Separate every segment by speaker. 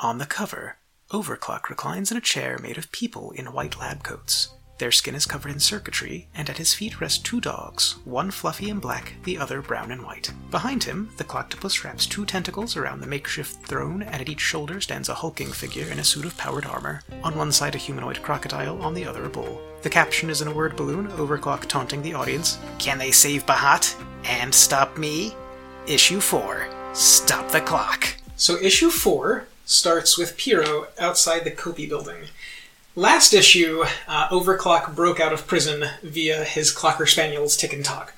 Speaker 1: On the cover, Overclock reclines in a chair made of people in white lab coats. Their skin is covered in circuitry, and at his feet rest two dogs, one fluffy and black, the other brown and white. Behind him, the Cloctopus wraps two tentacles around the makeshift throne, and at each shoulder stands a hulking figure in a suit of powered armor. On one side, a humanoid crocodile, on the other, a bull. The caption is in a word balloon, Overclock taunting the audience Can they save Bahat? And stop me? Issue 4 Stop the Clock. So, issue 4 starts with Piero outside the Kopi building. Last issue, uh, Overclock broke out of prison via his Clocker Spaniel's tick and talk.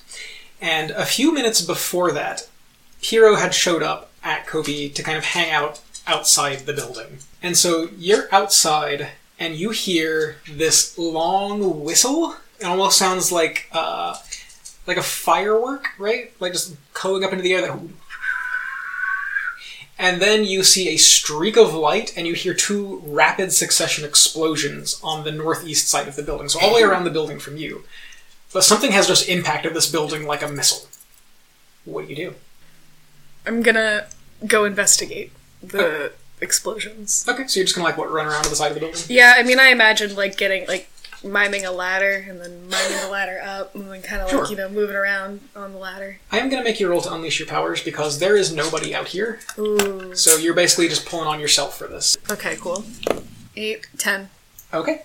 Speaker 1: And a few minutes before that, Piero had showed up at Kobe to kind of hang out outside the building. And so you're outside and you hear this long whistle. It almost sounds like uh, like a firework, right? Like just going up into the air. That... And then you see a streak of light and you hear two rapid succession explosions on the northeast side of the building. So all the way around the building from you. But something has just impacted this building like a missile. What do you do?
Speaker 2: I'm gonna go investigate the explosions.
Speaker 1: Okay, so you're just gonna like what run around to the side of the building?
Speaker 2: Yeah, I mean, I imagine like getting like miming a ladder and then miming the ladder up and then kind of like
Speaker 1: Sure.
Speaker 2: you know moving around on the ladder.
Speaker 1: I am gonna make you roll to unleash your powers because there is nobody out here.
Speaker 2: Ooh.
Speaker 1: So you're basically just pulling on yourself for this.
Speaker 2: Okay. Cool. Eight, ten.
Speaker 1: Okay.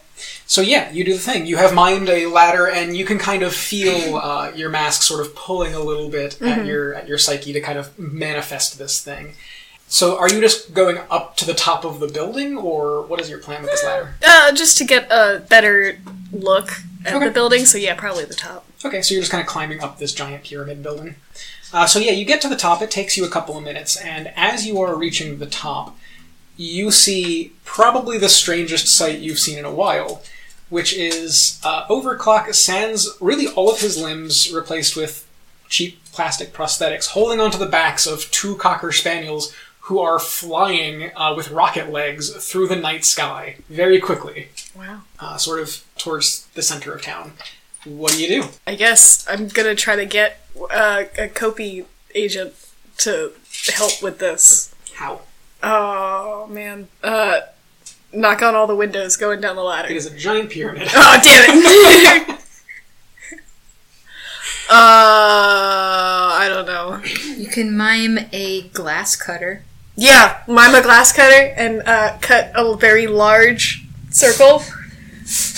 Speaker 1: So yeah, you do the thing. You have mimed a ladder, and you can kind of feel uh, your mask sort of pulling a little bit at your at your psyche to kind of manifest this thing. So are you just going up to the top of the building, or what is your plan with this ladder?
Speaker 2: Uh, just to get a better look at
Speaker 1: Okay.
Speaker 2: the building. So yeah, probably the top.
Speaker 1: Okay, so you're just kind of climbing up this giant pyramid building. Uh, so yeah, you get to the top. It takes you a couple of minutes, and as you are reaching the top, you see probably the strangest sight you've seen in a while, which is uh, Overclock sans really all of his limbs replaced with cheap plastic prosthetics, holding onto the backs of two cocker spaniels who are flying uh, with rocket legs through the night sky very quickly,
Speaker 2: Wow.
Speaker 1: uh, sort of towards the center of town. What do you do?
Speaker 2: I guess I'm gonna try to get uh, a copy agent to help with this.
Speaker 1: How?
Speaker 2: Oh man. Uh knock on all the windows going down the
Speaker 1: It
Speaker 2: ladder.
Speaker 1: is a giant pyramid.
Speaker 2: Oh damn it. uh I don't know.
Speaker 3: You can mime a glass cutter.
Speaker 2: Yeah, mime a glass cutter and uh cut a very large circle.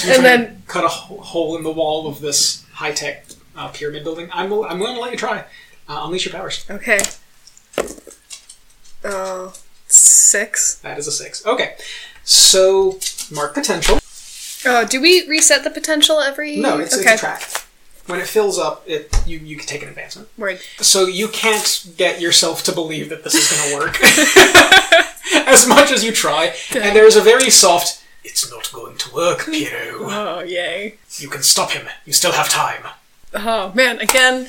Speaker 1: You're trying
Speaker 2: And then-
Speaker 1: to cut a ho- hole in the wall of this high tech uh, pyramid building. I'm will- I'm willing to let you try. Uh, unleash your powers.
Speaker 2: Okay. Oh, six.
Speaker 1: That is a six. Okay, so mark potential.
Speaker 2: Oh, do we reset the potential every?
Speaker 1: No, it's,
Speaker 2: okay.
Speaker 1: it's a track. When it fills up, it you you can take an advancement.
Speaker 2: Word.
Speaker 1: So you can't get yourself to believe that this is going to work as much as you try. And there's a very soft. It's not going to work, Piero.
Speaker 2: Oh yay.
Speaker 1: You can stop him. You still have time.
Speaker 2: Oh man, again.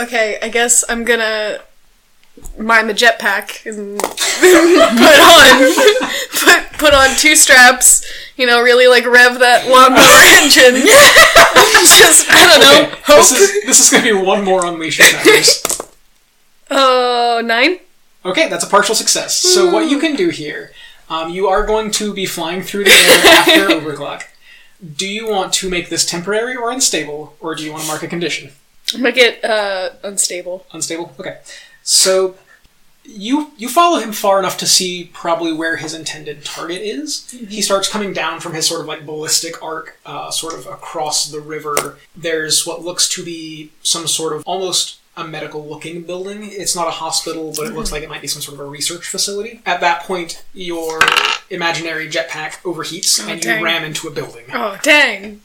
Speaker 2: Okay, I guess I'm gonna mime a jetpack and put on put put on two straps. You know, really like rev that lawnmower engine. Just I don't know.
Speaker 1: Okay,
Speaker 2: Hope.
Speaker 1: This is this is going to be one more unleash your powers.
Speaker 2: Oh, nine.
Speaker 1: Okay, that's a partial success. So what you can do here, um, you are going to be flying through the air after overclock. Do you want to make this temporary or unstable, or do you want to mark a condition?
Speaker 2: Make it uh, unstable.
Speaker 1: Unstable. Okay. So you you follow him far enough to see probably where his intended target is. He starts coming down from his sort of like ballistic arc, uh, sort of across the river. There's what looks to be some sort of almost a medical looking building. It's not a hospital, but it looks like it might be some sort of a research facility. At that point, your imaginary jetpack overheats and
Speaker 2: dang.
Speaker 1: you ram into a building.
Speaker 2: Oh, dang.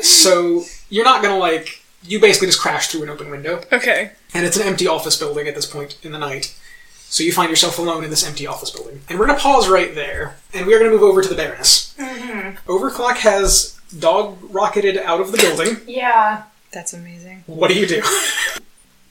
Speaker 1: So you're not gonna like you basically just crash through an open window
Speaker 2: Okay.
Speaker 1: and it's an empty office building at this point in the night. So you find yourself alone in this empty office building. And we're going to pause right there, and we're going to move over to the Baroness.
Speaker 4: Mm-hmm.
Speaker 1: Overclock has dog rocketed out of the building.
Speaker 4: Yeah.
Speaker 3: That's amazing.
Speaker 1: What do you do?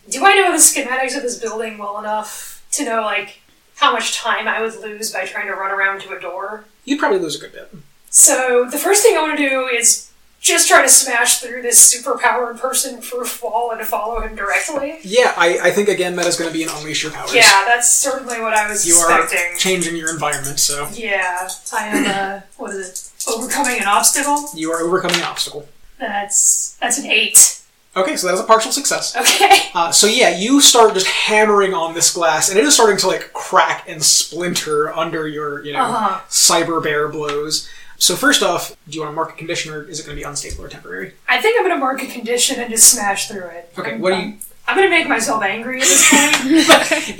Speaker 4: Do I know the schematics of this building well enough to know, like, how much time I would lose by trying to run around to a door?
Speaker 1: You'd probably lose a good bit.
Speaker 4: So, the first thing I want to do is just try to smash through this superpowered person proof wall and follow him directly.
Speaker 1: Yeah, I, I think again meta's going to be an unleash your powers.
Speaker 4: Yeah, that's certainly what I was
Speaker 1: You are
Speaker 4: expecting.
Speaker 1: changing your environment, so
Speaker 4: yeah, I am. Uh, what is it? Overcoming an obstacle.
Speaker 1: you are overcoming an obstacle.
Speaker 4: That's that's an eight.
Speaker 1: Okay, so that is a partial success.
Speaker 4: Okay.
Speaker 1: Uh, so yeah, you start just hammering on this glass, and it is starting to like crack and splinter under your you know
Speaker 4: Uh-huh.
Speaker 1: cyber bear blows. So first off, do you want to mark a condition, or is it going to be unstable or temporary?
Speaker 4: I think I'm gonna mark a condition and just smash through it.
Speaker 1: Okay,
Speaker 4: I'm,
Speaker 1: what do you?
Speaker 4: I'm gonna make myself angry at this point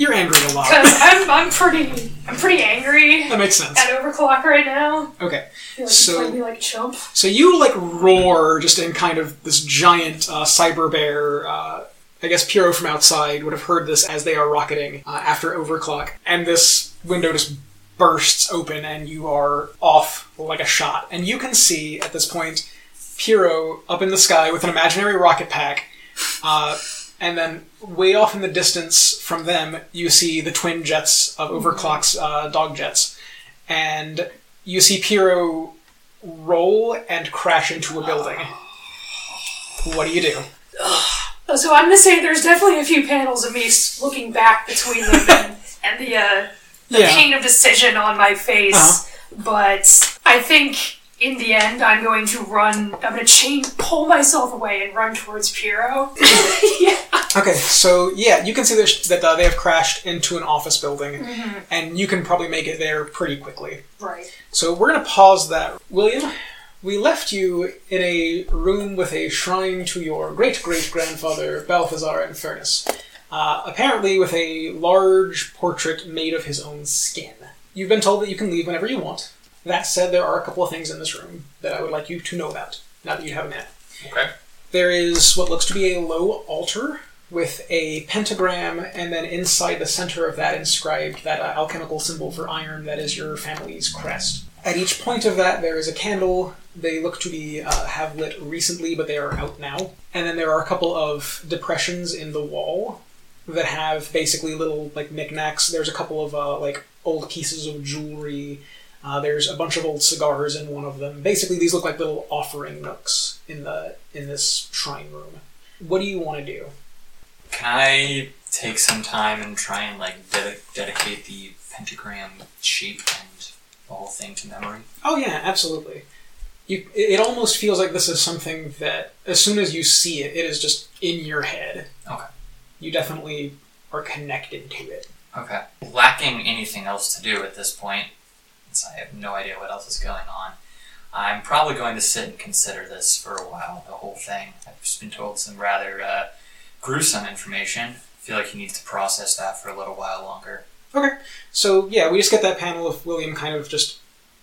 Speaker 1: You're angry a lot.
Speaker 4: because I'm I'm pretty I'm pretty angry
Speaker 1: That makes sense.
Speaker 4: at overclock right now.
Speaker 1: Okay,
Speaker 4: I feel like
Speaker 1: So-
Speaker 4: so, playing me like a chump.
Speaker 1: so you like roar just in kind of this giant uh, cyber bear. Uh, I guess Piro from outside would have heard this as they are rocketing uh, after overclock, and this window just bursts open, and you are off like a shot. And you can see at this point Piro up in the sky with an imaginary rocket pack. Uh, and then, way off in the distance from them, you see the twin jets of Overclock's uh, dog jets. And you see Piro roll and crash into a building. What do you do?
Speaker 4: Oh, So I'm gonna say there's definitely a few panels of me s- looking back between them and, and the uh, the pain of decision on my face. But I think in the end, I'm going to run. I'm gonna chain pull myself away and run towards Piero. yeah.
Speaker 1: Okay, so yeah, you can see that, that uh, they have crashed into an office building, and you can probably make it there pretty quickly.
Speaker 4: Right.
Speaker 1: So we're going to pause that. William, we left you in a room with a shrine to your great great grandfather, Balthazar Infernus, uh, apparently with a large portrait made of his own skin. You've been told that you can leave whenever you want. That said, there are a couple of things in this room that I would like you to know about, now that you have a minute.
Speaker 5: Okay.
Speaker 1: There is what looks to be a low altar with a pentagram, and then inside the center of that inscribed that uh, alchemical symbol for iron that is your family's crest. At each point of that, there is a candle. They look to be uh, have lit recently, but they are out now. And then there are a couple of depressions in the wall that have basically little like knickknacks. There's a couple of uh, like old pieces of jewelry. Uh, there's a bunch of old cigars in one of them. Basically, these look like little offering nooks in the in this shrine room. What do you want to do?
Speaker 5: Can I take some time and try and like ded- dedicate the pentagram shape and the whole thing to memory?
Speaker 1: Oh yeah, absolutely. You, it it almost feels like this is something that as soon as you see it, it is just in your head.
Speaker 5: Okay.
Speaker 1: You definitely are connected to it.
Speaker 5: Okay. Lacking anything else to do at this point, since I have no idea what else is going on, I'm probably going to sit and consider this for a while, the whole thing. I've just been told some rather uh, gruesome information. I feel like he needs to process that for a little while longer.
Speaker 1: Okay. So yeah, we just get that panel of William kind of just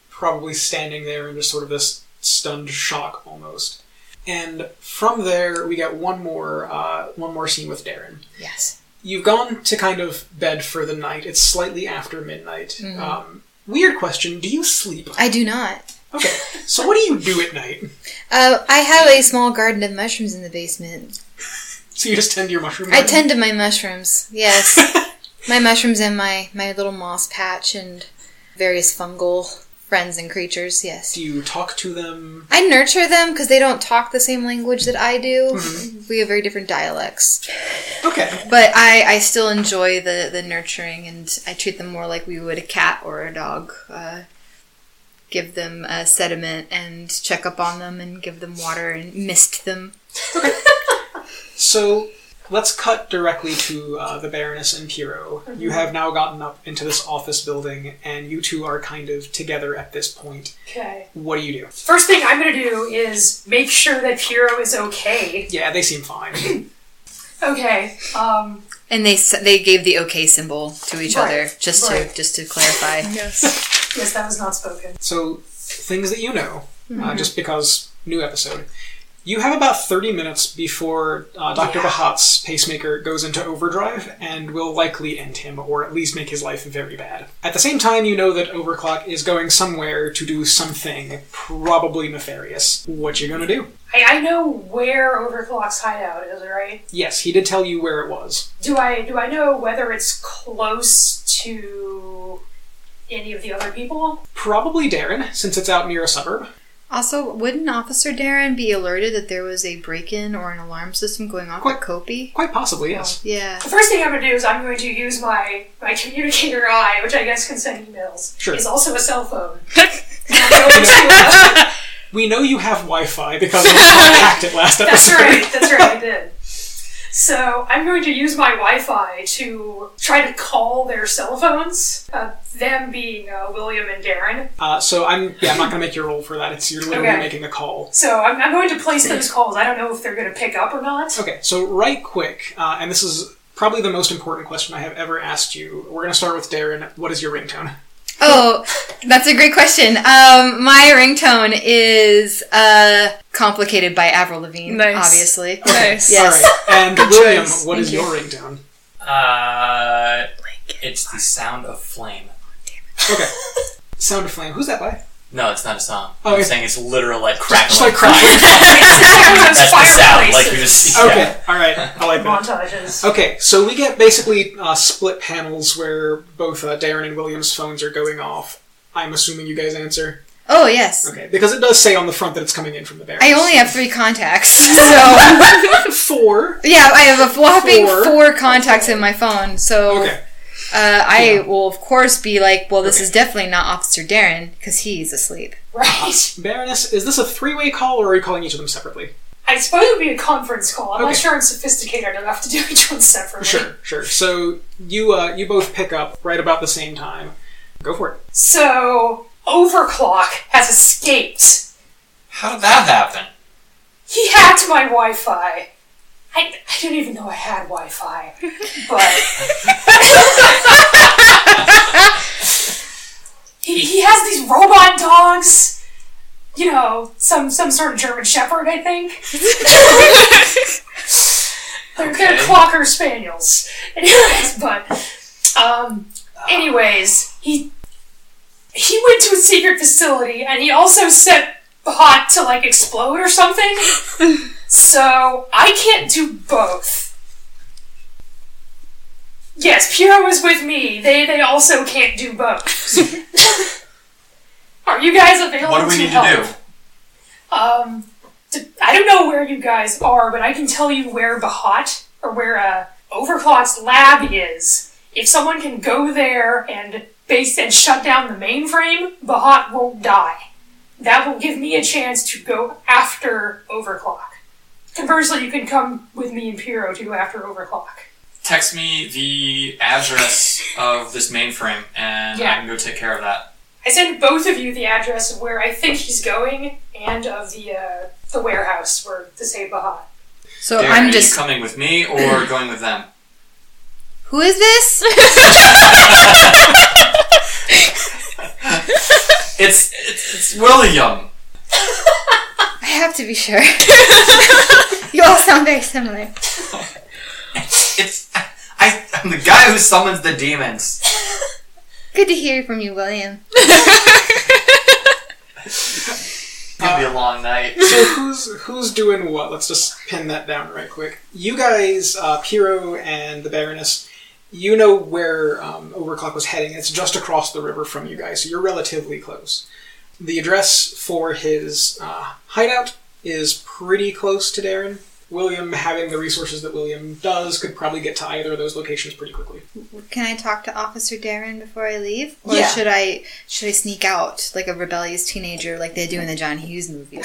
Speaker 1: probably standing there in just sort of this stunned shock almost. And from there, we get one more uh, one more scene with Darren.
Speaker 3: Yes.
Speaker 1: You've gone to kind of bed for the night. It's slightly after midnight. Um, weird question. Do you sleep?
Speaker 3: Mm-hmm. I do not.
Speaker 1: Okay. So what do you do at night?
Speaker 3: Uh, I have a small garden of mushrooms in the basement.
Speaker 1: So you just tend to your mushroom.
Speaker 3: I
Speaker 1: garden?
Speaker 3: tend to my mushrooms. Yes. my mushrooms and my, my little moss patch and various fungal friends and creatures. Yes.
Speaker 1: Do you talk to them?
Speaker 3: I nurture them because they don't talk the same language that I do. We have very different dialects.
Speaker 1: Okay.
Speaker 3: But I, I still enjoy the, the nurturing and I treat them more like we would a cat or a dog. Uh, give them uh, sediment and check up on them and give them water and mist them.
Speaker 1: So let's cut directly to uh, the Baroness and Piero. You have now gotten up into this office building, and you two are kind of together at this point.
Speaker 4: Okay.
Speaker 1: What do you do?
Speaker 4: First thing I'm gonna do is make sure that Piero is okay.
Speaker 1: Yeah, they seem fine.
Speaker 4: Okay. Um.
Speaker 3: And they s- they gave the okay symbol to each
Speaker 4: Right,
Speaker 3: other just
Speaker 4: right.
Speaker 3: to just to clarify.
Speaker 2: Yes.
Speaker 4: Yes, that was not spoken.
Speaker 1: so things that you know, uh, just because new episode. You have about 30 minutes before uh, Dr. Bahat's pacemaker goes into overdrive and will likely end him, or at least make his life very bad. At the same time, you know that Overclock is going somewhere to do something probably nefarious. What you gonna do?
Speaker 4: I, I know where Overclock's hideout is, right?
Speaker 1: Yes, he did tell you where it was.
Speaker 4: Do I do I know whether it's close to any of the other people?
Speaker 1: Probably Darren, since it's out near a suburb.
Speaker 3: Also, wouldn't Officer Darren be alerted that there was a break in or an alarm system going off
Speaker 1: Quite-
Speaker 3: at Kopi?
Speaker 1: Quite possibly, yes.
Speaker 3: Yeah.
Speaker 4: The first thing I'm gonna do is I'm going to use my my communicator eye, which I guess can send emails.
Speaker 1: Sure.
Speaker 4: It's also a cell phone. I'm going to-
Speaker 1: We know you have Wi-Fi because we hacked it last
Speaker 4: That's
Speaker 1: episode.
Speaker 4: right. That's right. I did. So I'm going to use my Wi-Fi to try to call their cell phones. Uh, them being uh, William and Darren.
Speaker 1: Uh, so I'm yeah, I'm not gonna make your roll for that. It's you're literally
Speaker 4: Okay.
Speaker 1: making a call.
Speaker 4: So I'm, I'm going to place those calls. I don't know if they're going to pick up or not.
Speaker 1: Okay, so right quick, uh, and this is probably the most important question I have ever asked you. We're gonna start with Darren. What is your ringtone?
Speaker 3: Oh, that's a great question. Um, my ringtone is uh, complicated by Avril Lavigne,
Speaker 2: Nice.
Speaker 3: obviously.
Speaker 2: Nice.
Speaker 3: Yes.
Speaker 1: All right, and William,
Speaker 2: choice.
Speaker 1: what is
Speaker 2: Thank
Speaker 1: your ringtone?
Speaker 5: Uh, it's the sound of flame.
Speaker 1: Okay, Sound of Flame. Who's that by?
Speaker 5: No, it's not a song.
Speaker 1: Oh,
Speaker 5: I'm
Speaker 1: it's-
Speaker 5: saying it's literal like crackling.
Speaker 1: Just like crying.
Speaker 4: Those
Speaker 5: That's the sound. Like we
Speaker 4: fireplaces.
Speaker 5: just yeah.
Speaker 1: okay, all right, I like that.
Speaker 4: montages.
Speaker 1: Okay, so we get basically uh, split panels where both uh, Darren and William's phones are going off. I'm assuming you guys answer.
Speaker 3: Oh, yes.
Speaker 1: Okay, because it does say on the front that it's coming in from the Barrens.
Speaker 3: I only have three contacts, so
Speaker 1: four.
Speaker 3: yeah, I have a whopping
Speaker 1: Four.
Speaker 3: four, contacts in my phone. So
Speaker 1: Okay,
Speaker 3: uh, I will, of course, be like, "Well, this is definitely not Officer Darren because he's asleep."
Speaker 4: Right.
Speaker 1: Baroness, is this a three-way call or are you calling each of them separately?
Speaker 4: I suppose it would be a conference call. I'm not
Speaker 1: Okay.
Speaker 4: sure I'm sophisticated enough to do each one separately.
Speaker 1: Sure, sure. So you uh, you both pick up right about the same time. Go for it.
Speaker 4: So Overclock has escaped.
Speaker 5: How did that happen?
Speaker 4: He hacked my Wi-Fi. I, I didn't even know I had Wi-Fi, but he, he has these robot dogs. You know, some some sort of German Shepherd, I think. they're, they're
Speaker 5: Okay.
Speaker 4: Clocker Spaniels. Anyways, but um, anyways, he he went to a secret facility, and he also set hot to like explode or something. so I can't do both. Yes, Pyrrha was with me. They they also can't do both. Are you guys available
Speaker 5: What do we
Speaker 4: to
Speaker 5: need
Speaker 4: help?
Speaker 5: to do?
Speaker 4: Um, d I don't know where you guys are, but I can tell you where Bahat or where uh, Overclock's lab is. If someone can go there and base and shut down the mainframe, Bahat won't die. That will give me a chance to go after Overclock. Conversely, you can come with me and Piro to go after Overclock.
Speaker 5: Text me the address of this mainframe, and
Speaker 4: Yeah.
Speaker 5: I can go take care of that.
Speaker 4: I sent both of you the address of where I think he's going and of the uh, the warehouse where to save Bahat.
Speaker 3: So
Speaker 5: Darren,
Speaker 3: I'm
Speaker 5: are
Speaker 3: just,
Speaker 5: you coming with me or going with them?
Speaker 3: "Who is this?"
Speaker 5: It's it's, it's William.
Speaker 3: I have to be sure. you all sound very similar.
Speaker 5: It's I. I'm the guy who summons the demons.
Speaker 3: Good to hear from you, William.
Speaker 5: It's gonna be a long night.
Speaker 1: So who's who's doing what? Let's just pin that down right quick. You guys, uh, Piro and the Baroness, you know where um, Overclock was heading. It's just across the river from you guys, so you're relatively close. The address for his uh, hideout is pretty close to Darren. William, having the resources that William does, could probably get to either of those locations pretty quickly.
Speaker 3: Can I talk to Officer Darren before I leave, or
Speaker 1: Yeah.
Speaker 3: should I should I sneak out like a rebellious teenager, like they do in the John Hughes movies?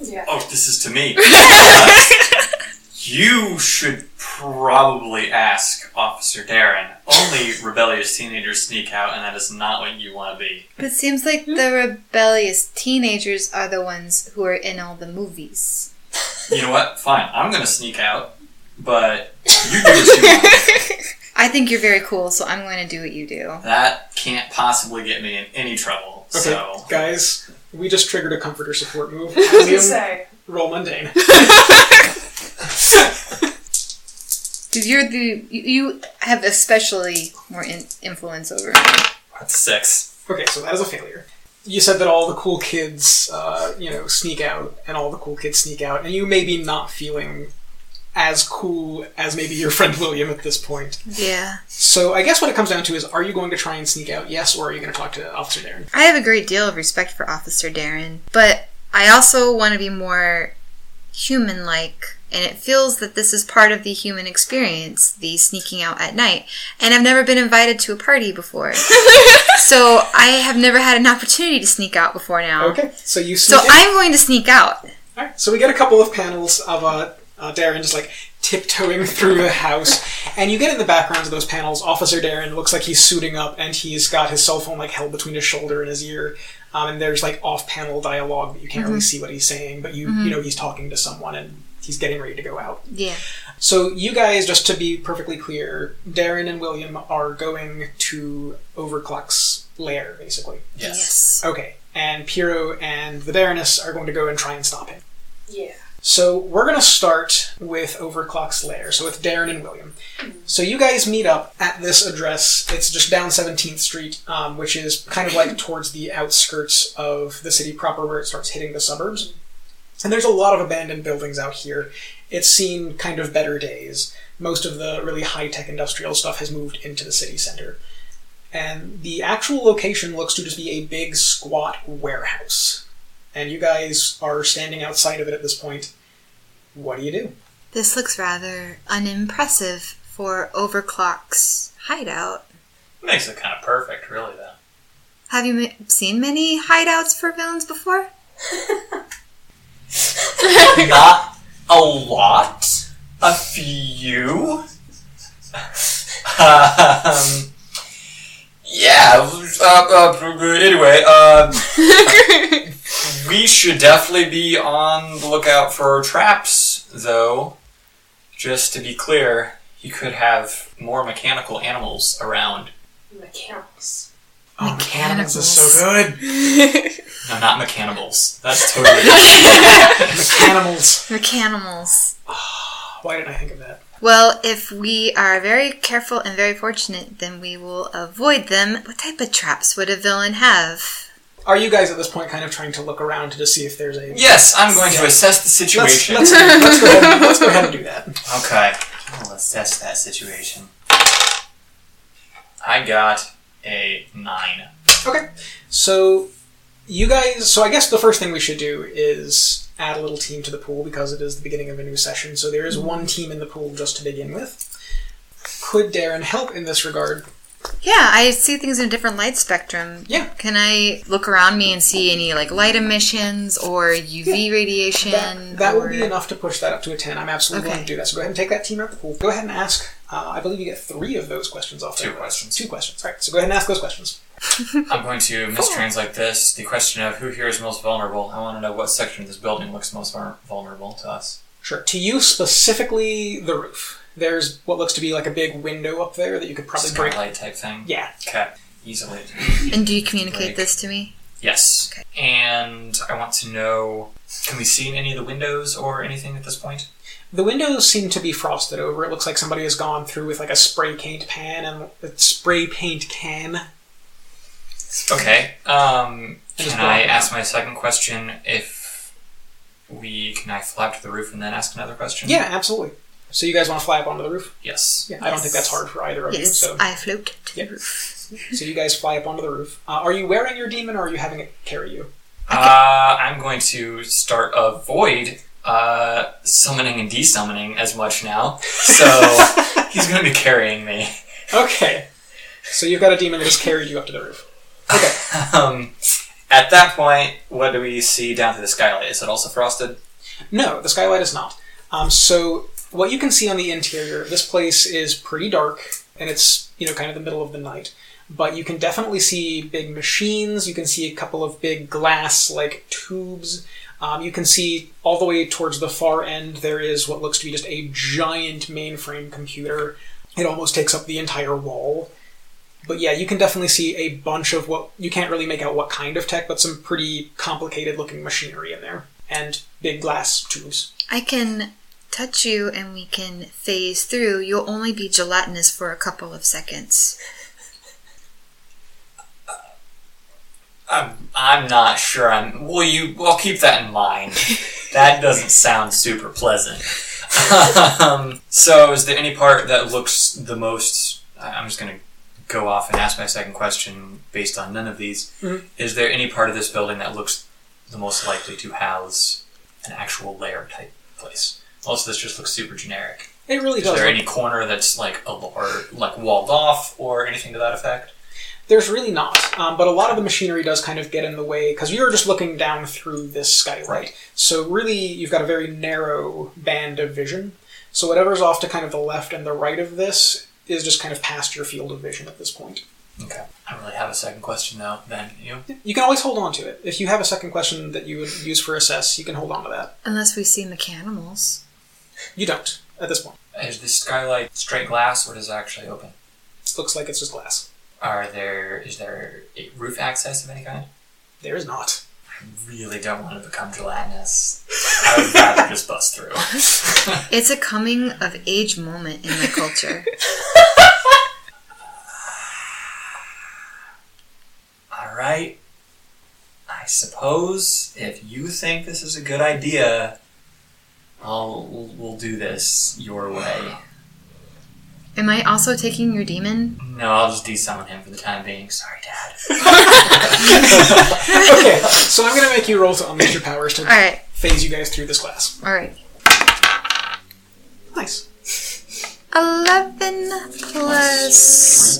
Speaker 4: Yeah.
Speaker 5: Oh, this is to me. you should probably ask Officer Darren. Only rebellious teenagers sneak out, and that is not what you want to be.
Speaker 3: but it seems like the rebellious teenagers are the ones who are in all the movies.
Speaker 5: You know what? Fine, I'm gonna sneak out, but you do what you want.
Speaker 3: I think you're very cool, so I'm going to do what you do.
Speaker 5: That can't possibly get me in any trouble.
Speaker 1: Okay,
Speaker 5: So
Speaker 1: guys, we just triggered a comforter support move.
Speaker 4: I was gonna
Speaker 1: William,
Speaker 4: say.
Speaker 1: roll mundane.
Speaker 3: Because you're the you, you have especially more in, influence over me.
Speaker 5: that's six.
Speaker 1: Okay, so that is a failure. You said that all the cool kids, uh, you know, sneak out, and all the cool kids sneak out, and you may be not feeling as cool as maybe your friend William at this point.
Speaker 3: Yeah.
Speaker 1: So I guess what it comes down to is are you going to try and sneak out, yes, or are you going to talk to Officer Darren?
Speaker 3: I have a great deal of respect for Officer Darren, but I also want to be more human like. And it feels that this is part of the human experience, the sneaking out at night. And I've never been invited to a party before. so I have never had an opportunity to sneak out before now.
Speaker 1: Okay, so you
Speaker 3: So
Speaker 1: sneak out.
Speaker 3: I'm going to sneak out.
Speaker 1: All right, so we get a couple of panels of uh, uh, Darren just like tiptoeing through the house, and you get in the background of those panels. Officer Darren looks like he's suiting up, and he's got his cell phone like held between his shoulder and his ear. Um, and there's like off-panel dialogue that you can't really see what he's saying, but you you know he's talking to someone and he's getting ready to go out.
Speaker 3: Yeah.
Speaker 1: So you guys, just to be perfectly clear, Darren and William are going to Overclock's lair, basically.
Speaker 5: Yes.
Speaker 1: Okay, and Piero and the Baroness are going to go and try and stop him.
Speaker 4: Yeah.
Speaker 1: So we're going to start with Overclock's Lair, so with Darren and William. So you guys meet up at this address. It's just down 17th Street, um, which is kind of like towards the outskirts of the city proper where it starts hitting the suburbs. And there's a lot of abandoned buildings out here. It's seen kind of better days. Most of the really high tech industrial stuff has moved into the city center. And the actual location looks to just be a big squat warehouse. And you guys are standing outside of it at this point. What do you do?
Speaker 3: This looks rather unimpressive for Overclock's hideout.
Speaker 5: Makes it kind of perfect, really, though.
Speaker 3: Have you m- seen many hideouts for villains before?
Speaker 5: Not a lot. A few. um, yeah. Uh, uh, anyway, uh, we should definitely be on the lookout for traps, though. Just to be clear, you could have more mechanical animals around.
Speaker 4: Mechanicals.
Speaker 1: Oh, mechanics is so good.
Speaker 5: No, not mechanimals. That's totally.
Speaker 1: Mechanicals.
Speaker 3: Mecanimals.
Speaker 1: Why didn't I think of that?
Speaker 3: Well, if we are very careful and very fortunate, then we will avoid them. What type of traps would a villain have?
Speaker 1: Are you guys at this point kind of trying to look around to just see if there's a
Speaker 5: yes, I'm going to assess the
Speaker 1: Let's,
Speaker 5: situation.
Speaker 1: let's, do- let's, go ahead, and- let's go ahead and do that.
Speaker 5: Okay. I'll assess that situation. I got a nine.
Speaker 1: Okay. So, you guys. So, I guess the first thing we should do is add a little team to the pool because it is the beginning of a new session. So, there is one team in the pool just to begin with. Could Darren help in this regard?
Speaker 3: Yeah, I see things in a different light spectrum.
Speaker 1: Yeah.
Speaker 3: Can I look around me and see any like light emissions or UV radiation?
Speaker 1: That, that
Speaker 3: or-
Speaker 1: would be enough to push that up to a 10. I'm absolutely going
Speaker 3: Okay.
Speaker 1: to do that. So go ahead and take that team out the pool. Go ahead and ask. Uh, I believe you get three of those questions off
Speaker 5: Two
Speaker 1: there.
Speaker 5: questions.
Speaker 1: Two questions. All right. So go ahead and ask those questions.
Speaker 5: I'm going to mistranslate this. The question of who here is most vulnerable. I want to know what section of this building looks most vul- vulnerable to us.
Speaker 1: Sure. To you specifically, the roof. There's what looks to be like a big window up there that you could probably break.
Speaker 5: Skylight type thing.
Speaker 1: Yeah.
Speaker 5: Okay. Easily.
Speaker 3: And do you communicate
Speaker 5: Like-
Speaker 3: this to me?
Speaker 5: Yes.
Speaker 3: Okay.
Speaker 5: And I want to know. Can we see in any of the windows or anything at this point?
Speaker 1: The windows seem to be frosted over. It looks like somebody has gone through with like a spray paint pan and a spray paint can.
Speaker 3: Mm-hmm.
Speaker 5: Okay. Um,
Speaker 1: I just
Speaker 5: can I
Speaker 1: blocked it
Speaker 5: ask my second question if we can I fly up to the roof and then ask another question?
Speaker 1: Yeah, absolutely. So you guys want to fly up onto the roof?
Speaker 5: Yes.
Speaker 1: Yeah. I don't think
Speaker 3: Yes.
Speaker 1: that's hard for either of you.
Speaker 3: Yes,
Speaker 1: So,
Speaker 3: I float to
Speaker 1: Yeah.
Speaker 3: the roof.
Speaker 1: so you guys fly up onto the roof. Uh, are you wearing your demon or are you having it carry you?
Speaker 5: Uh, I'm going to start avoid uh, summoning and desummoning as much now. So he's going to be carrying me.
Speaker 1: Okay. So you've got a demon that has carried you up to the roof.
Speaker 5: Um, at that point, what do we see down through the skylight? Is it also frosted?
Speaker 1: No, the skylight is not. Um, so what you can see on the interior, this place is pretty dark, and it's you know kind of the middle of the night. But you can definitely see big machines. You can see a couple of big glass like tubes. Um, you can see all the way towards the far end. There is what looks to be just a giant mainframe computer. It almost takes up the entire wall. But yeah, you can definitely see a bunch of what you can't really make out what kind of tech, but some pretty complicated looking machinery in there and big glass tubes.
Speaker 3: I can touch you and we can phase through. You'll only be gelatinous for a couple of seconds.
Speaker 5: I'm, I'm not sure. I'm. Will you? Well, keep that in mind. That doesn't sound super pleasant. um, so, is there any part that looks the most? I- I'm just going to go off and ask my second question based on none of these.
Speaker 1: Mm-hmm.
Speaker 5: Is there any part of this building that looks the most likely to house an actual lair type place? Most of this just looks super generic.
Speaker 1: It really
Speaker 5: Is
Speaker 1: does.
Speaker 5: there
Speaker 1: look-
Speaker 5: any corner that's like a, or like walled off or anything to that effect?
Speaker 1: There's really not, um, but a lot of the machinery does kind of get in the way because you're just looking down through this skylight.
Speaker 5: Right.
Speaker 1: So really, you've got a very narrow band of vision. So whatever's off to kind of the left and the right of this is just kind of past your field of vision at this point.
Speaker 5: Okay. I don't really have a second question though. Then you.
Speaker 1: You can always hold on to it. If you have a second question that you would use for assess, you can hold on to that.
Speaker 3: Unless we see mechanimals.
Speaker 1: You don't at this point.
Speaker 5: Is the skylight straight glass or does it actually open?
Speaker 1: It looks like it's just glass.
Speaker 5: Are there is there a roof access of any kind?
Speaker 1: There is not.
Speaker 5: Really don't want to become gelatinous. I would rather just bust through.
Speaker 3: It's a coming of age moment in the culture.
Speaker 5: All right. I suppose if you think this is a good idea, I'll we'll do this your way.
Speaker 3: Am I also taking your demon?
Speaker 5: No, I'll just desummon him for the time being. Sorry, Dad.
Speaker 1: okay, so I'm going to make you roll to unleash your powers to
Speaker 3: All right,
Speaker 1: phase you guys through this glass.
Speaker 3: all right.
Speaker 1: Nice.
Speaker 3: 11 plus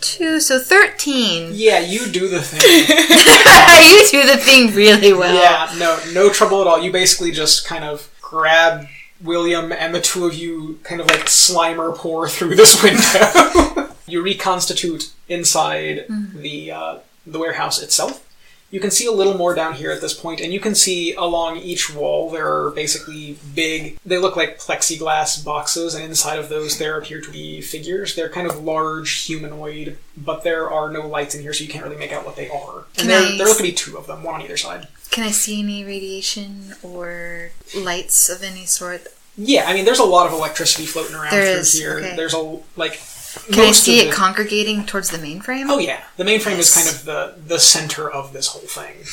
Speaker 3: 2, so 13.
Speaker 1: Yeah, you do the thing.
Speaker 3: you do the thing really well.
Speaker 1: Yeah, no, no trouble at all. You basically just kind of grab William and the two of you kind of like slimer pour through this window. you reconstitute inside
Speaker 3: Mm-hmm.
Speaker 1: the uh, the warehouse itself. You can see a little more down here at this point, and you can see along each wall there are basically big. They look like plexiglass boxes, and inside of those there appear to be figures. They're kind of large humanoid, but there are no lights in here, so you can't really make out what they are.
Speaker 3: Can
Speaker 1: And there,
Speaker 3: I-
Speaker 1: there look to be two of them, one on either side.
Speaker 3: Can I see any radiation or lights of any sort?
Speaker 1: Yeah, I mean, there's a lot of electricity floating around
Speaker 3: There
Speaker 1: through
Speaker 3: is,
Speaker 1: here.
Speaker 3: okay.
Speaker 1: There's a like.
Speaker 3: Can I
Speaker 1: most
Speaker 3: see
Speaker 1: of
Speaker 3: it
Speaker 1: the-
Speaker 3: congregating towards the mainframe?
Speaker 1: oh yeah, the mainframe is
Speaker 3: Yes.
Speaker 1: kind of the the center of this whole thing.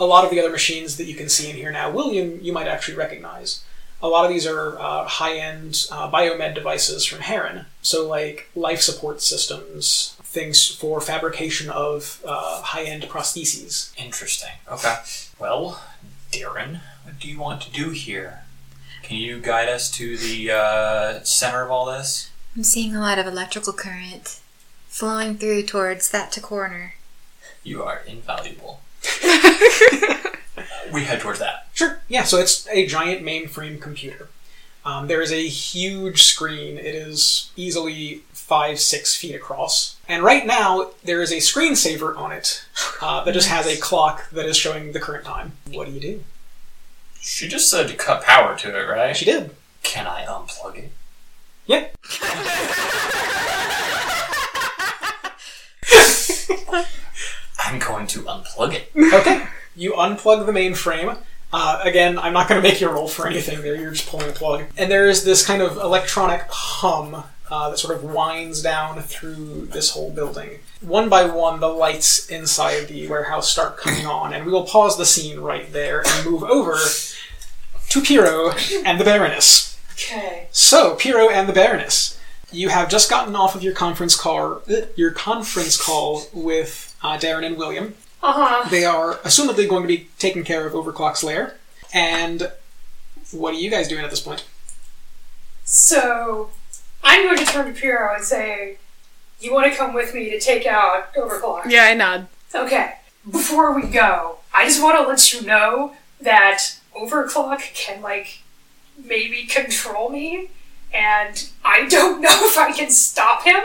Speaker 1: A lot of the other machines that you can see in here now, William, you might actually recognize. A lot of these are uh, high-end uh, biomed devices from Heron. So like life support systems, things for fabrication of uh, high-end prostheses.
Speaker 5: Interesting. Okay. Well, Darren, what do you want to do here? Can you guide us to the uh, center of all this?
Speaker 3: I'm seeing a lot of electrical current flowing through towards that to corner.
Speaker 5: You are invaluable. we head towards that.
Speaker 1: Sure. Yeah. So it's a giant mainframe computer. Um, there is a huge screen. It is easily five, six feet across. And right now, there is a screensaver on it uh, that just has a clock that is showing the current time. What do you do?
Speaker 5: She just said to cut power to it, right?
Speaker 1: She did.
Speaker 5: Can I unplug it?
Speaker 1: Yeah.
Speaker 5: I'm going to unplug it.
Speaker 1: Okay. You unplug the mainframe. Uh, again, I'm not going to make you roll for anything there. You're just pulling a plug. And there is this kind of electronic hum uh, that sort of winds down through this whole building. One by one, the lights inside the warehouse start coming on, and we will pause the scene right there and move over to Piero and the Baroness.
Speaker 4: Okay.
Speaker 1: So, Piero and the Baroness, you have just gotten off of your conference call, uh, your conference call with uh, Darren and William.
Speaker 4: Uh-huh.
Speaker 1: They are assumedly going to be taking care of Overclock's lair. And what are you guys doing at this point?
Speaker 4: So I'm going to turn to Piero and say, You wanna come with me to take out Overclock?
Speaker 2: Yeah, I nod.
Speaker 4: Okay. Before we go, I just want to let you know that Overclock can, like, maybe control me, and I don't know if I can stop him.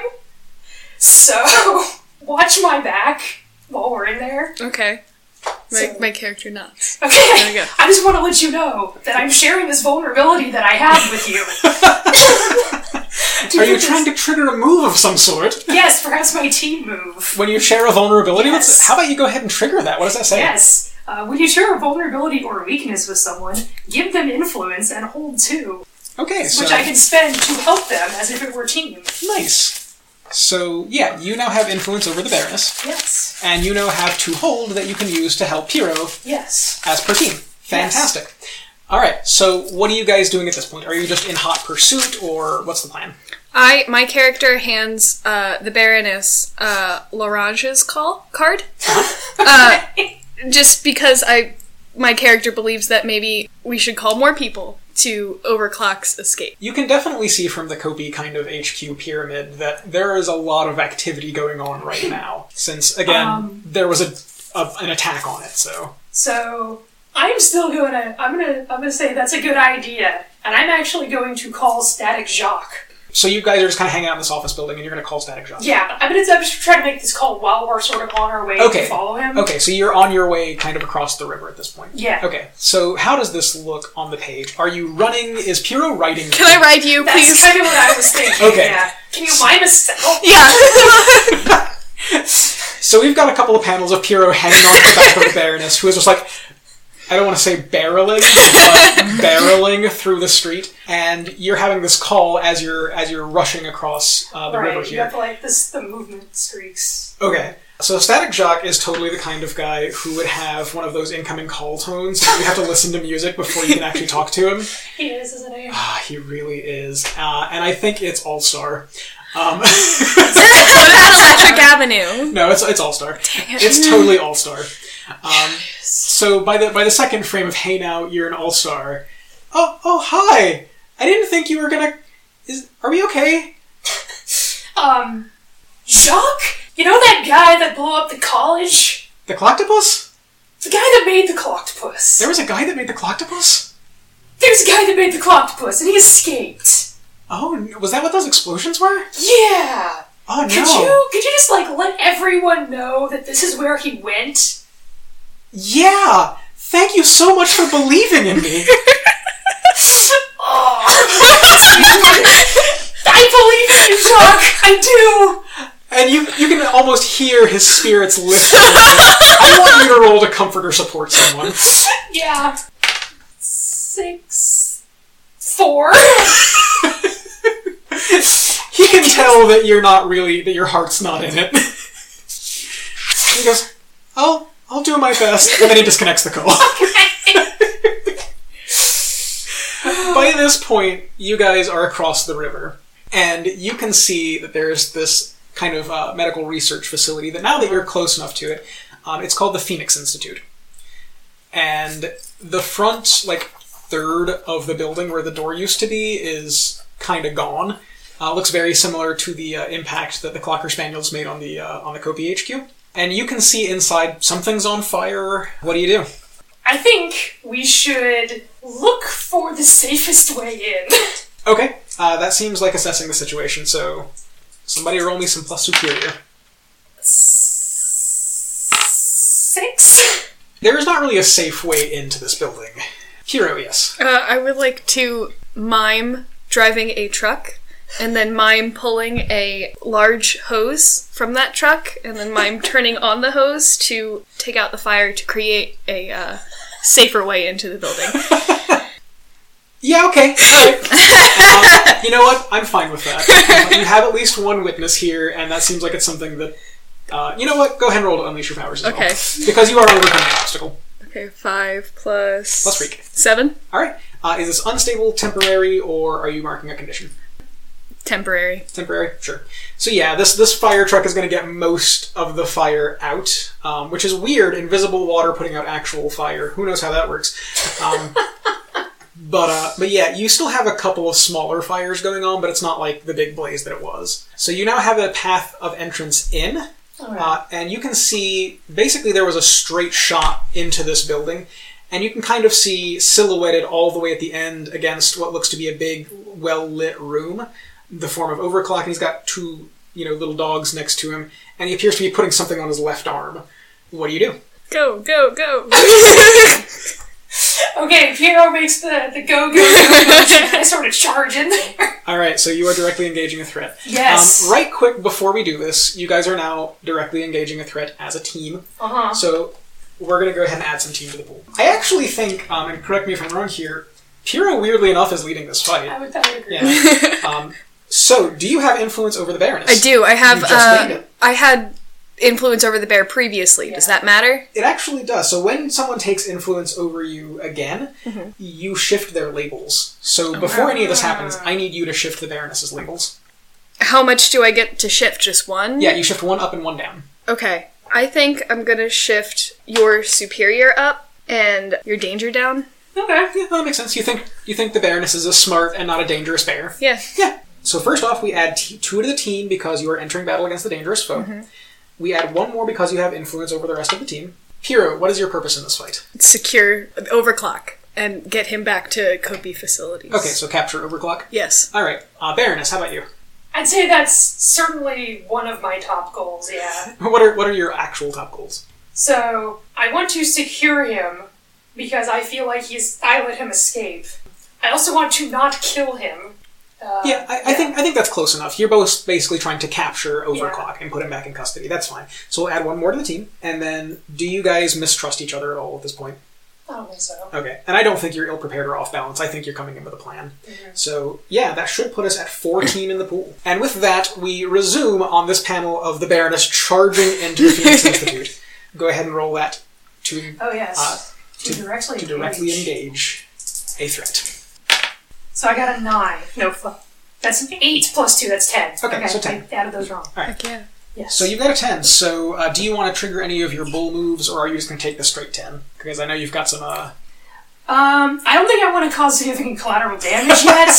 Speaker 4: So, watch my back while we're in there.
Speaker 2: Okay. My,
Speaker 4: So-
Speaker 2: my character nods.
Speaker 4: Okay.
Speaker 2: we go.
Speaker 4: I just want to let you know that I'm sharing this vulnerability that I have with you.
Speaker 1: Are you trying to trigger a move of some sort?
Speaker 4: Yes, perhaps my team move.
Speaker 1: When you share a vulnerability, what's-
Speaker 4: Yes.
Speaker 1: how about you go ahead and trigger that? What does that say?
Speaker 4: Yes. Uh, when you share a vulnerability or weakness with someone, give them influence and hold two.
Speaker 1: Okay, so
Speaker 4: which I can spend to help them as if it were team.
Speaker 1: nice. So yeah, you now have influence over the Baroness,
Speaker 4: Yes.
Speaker 1: and you now have to hold that you can use to help Piero
Speaker 4: Yes.
Speaker 1: as per team. Fantastic. All right. So, what are you guys doing at this point? Are you just in hot pursuit, or what's the plan?
Speaker 2: I my character hands uh, the Baroness uh, Larange's call card, uh, just because I my character believes that maybe we should call more people to overclock's escape.
Speaker 1: You can definitely see from the Kopi kind of HQ pyramid that there is a lot of activity going on right now. Since again,
Speaker 4: Um,
Speaker 1: there was a, a an attack on it, so
Speaker 4: So I'm still gonna I'm gonna I'm gonna say that's a good idea, and I'm actually going to call Static Jacques.
Speaker 1: so you guys are just kind of hanging out in this office building, and you're going to call Static Shock.
Speaker 4: Yeah, I'm gonna I'm just try to make this call while we're sort of on our way
Speaker 1: Okay.
Speaker 4: to follow him.
Speaker 1: Okay, so you're on your way kind of across the river at this point.
Speaker 4: Yeah.
Speaker 1: Okay, so how does this look on the page? Are you running? Is Piro writing?
Speaker 2: Can I ride you,
Speaker 4: That's
Speaker 2: please?
Speaker 4: kind of what I was thinking.
Speaker 1: Okay.
Speaker 4: Yeah. Can you mime a cell?
Speaker 2: yeah.
Speaker 1: So we've got a couple of panels of Piro hanging on the back of the Baroness, who is just like, I don't want to say barreling, but barreling through the street. And you're having this call as you're as you're rushing across uh, the river
Speaker 4: Right. You
Speaker 1: here.
Speaker 4: have to like this the movement streaks.
Speaker 1: Okay. So Static Jock is totally the kind of guy who would have one of those incoming call tones. So you have to listen to music before you can actually talk to him.
Speaker 4: He is, isn't he?
Speaker 1: Ah, he really is. Uh, and I think it's All Star. Um,
Speaker 2: what about Electric Avenue?
Speaker 1: no, it's, it's All Star. It's totally All Star. Um, so by the by the second frame of Hey Now, you're an All Star. Oh oh hi! I didn't think you were gonna. Is are we okay?
Speaker 4: Um, Jacques? You know that guy that blew up the college?
Speaker 1: The Cloctopus?
Speaker 4: The guy that made the Cloctopus.
Speaker 1: There was a guy that made the Cloctopus.
Speaker 4: There's a guy that made the Cloctopus, and he escaped.
Speaker 1: Oh, n- was that what those explosions were?
Speaker 4: Yeah!
Speaker 1: Oh no!
Speaker 4: Could you could you just like let everyone know that this is where he went?
Speaker 1: Yeah. Thank you so much for believing in me.
Speaker 4: Oh, I believe in you, Jacques! I do!
Speaker 1: And you you can almost hear his spirits lifting. I want you to roll to comfort or support someone.
Speaker 4: Yeah. Six. Four?
Speaker 1: He can tell that you're not really that your heart's not in it. he goes, "I'll I'll do my best," and then he disconnects the call. By this point, you guys are across the river, and you can see that there's this kind of uh, medical research facility that now that you're close enough to it, um, it's called the Phoenix Institute. And the front, like, third of the building where the door used to be is kind of gone. Uh, looks very similar to the uh, impact that the Clocker Spaniels made on the uh, on the Kopi HQ. And you can see inside something's on fire. What do you do?
Speaker 4: I think we should look for the safest way in.
Speaker 1: Okay, uh, that seems like assessing the situation. So, somebody roll me some plus superior.
Speaker 4: Six?
Speaker 1: There is not really a safe way into this building. Hero, yes.
Speaker 2: Uh, I would like to mime driving a truck, and then mime pulling a large hose from that truck, and then mime turning on the hose to take out the fire to create a uh, safer way into the building.
Speaker 1: Yeah, okay. All right. um, you know what? I'm fine with that. you have at least one witness here, and that seems like it's something that. Uh, you know what? Go ahead and roll to unleash your powers as well.
Speaker 2: Okay.
Speaker 1: Because you are overcoming an obstacle.
Speaker 2: Okay, five plus
Speaker 1: Plus freak.
Speaker 2: seven.
Speaker 1: All right. Uh, is this unstable, temporary, or are you marking a condition?
Speaker 2: Temporary.
Speaker 1: temporary sure so yeah this this fire truck is going to get most of the fire out um, which is weird invisible water putting out actual fire who knows how that works um, but uh, but yeah you still have a couple of smaller fires going on but it's not like the big blaze that it was so you now have a path of entrance in uh, and you can see basically there was a straight shot into this building and you can kind of see silhouetted all the way at the end against what looks to be a big well lit room the form of overclock and he's got two you know little dogs next to him and he appears to be putting something on his left arm what do you do
Speaker 2: Go, go, go.
Speaker 4: Okay, Piero makes the, the go go go motion and I sort of charge in there.
Speaker 1: all right so you are directly engaging a threat
Speaker 4: Yes.
Speaker 1: um, right quick before we do this you guys are now directly engaging a threat as a team
Speaker 4: Uh-huh.
Speaker 1: so we're going to go ahead and add some team to the pool i actually think um, and correct me if i'm wrong here Piro, weirdly enough, is leading this
Speaker 4: I
Speaker 1: fight. Um,
Speaker 4: would, I would agree.
Speaker 1: Yeah. um, so, do you have influence over the Baroness?
Speaker 2: I do. I have.
Speaker 1: You just made
Speaker 2: Uh,
Speaker 1: it.
Speaker 2: I had influence over the bear previously. Does that matter?
Speaker 1: It actually does. So when someone takes influence over you again, you shift their labels. So before any of this happens, I need you to shift the Baroness's labels.
Speaker 2: How much do I get to shift? Just one?
Speaker 1: Yeah, you shift one up and one down.
Speaker 2: Okay. I think I'm gonna shift your superior up and your danger down.
Speaker 1: Okay, yeah, that makes sense. You think you think the Baroness is a smart and not a dangerous bear.
Speaker 2: Yeah.
Speaker 1: Yeah. So first off, we add t- two to the team because you are entering battle against the dangerous foe. We add one more because you have influence over the rest of the team. Hero, what is your purpose in this fight?
Speaker 2: Secure overclock and get him back to Kobe facilities.
Speaker 1: Okay, so capture overclock.
Speaker 2: Yes.
Speaker 1: All right, uh, Baroness, how about you?
Speaker 4: I'd say that's certainly one of my top goals, yeah.
Speaker 1: What are what are your actual top goals?
Speaker 4: So I want to secure him because I feel like he's I let him escape. I also want to not kill him. Uh,
Speaker 1: Yeah, I, I think I think that's close enough. You're both basically trying to capture Overclock and put him back in custody. That's fine. So we'll add one more to the team, and then do you guys mistrust each other at all at this point?
Speaker 4: I don't think so.
Speaker 1: Okay, and I don't think you're ill prepared or off balance. I think you're coming in with a plan.
Speaker 4: Mm-hmm.
Speaker 1: So, yeah, that should put us at 14 in the pool. And with that, we resume on this panel of the Baroness charging into the Phoenix Institute. Go ahead and roll that to,
Speaker 4: Oh yes.
Speaker 1: Uh,
Speaker 4: to, directly
Speaker 1: to directly
Speaker 4: engage.
Speaker 1: engage a threat.
Speaker 4: So I got a nine. No, fu- that's an eight plus two. That's ten.
Speaker 1: Okay, so 10.
Speaker 4: I added those wrong.
Speaker 2: Heck yeah.
Speaker 4: Yes.
Speaker 1: So you've got a 10. So, uh, do you want to trigger any of your bull moves, or are you just going to take the straight 10? Because I know you've got some. Uh,
Speaker 4: Um, I don't think I want to cause significant collateral damage yet,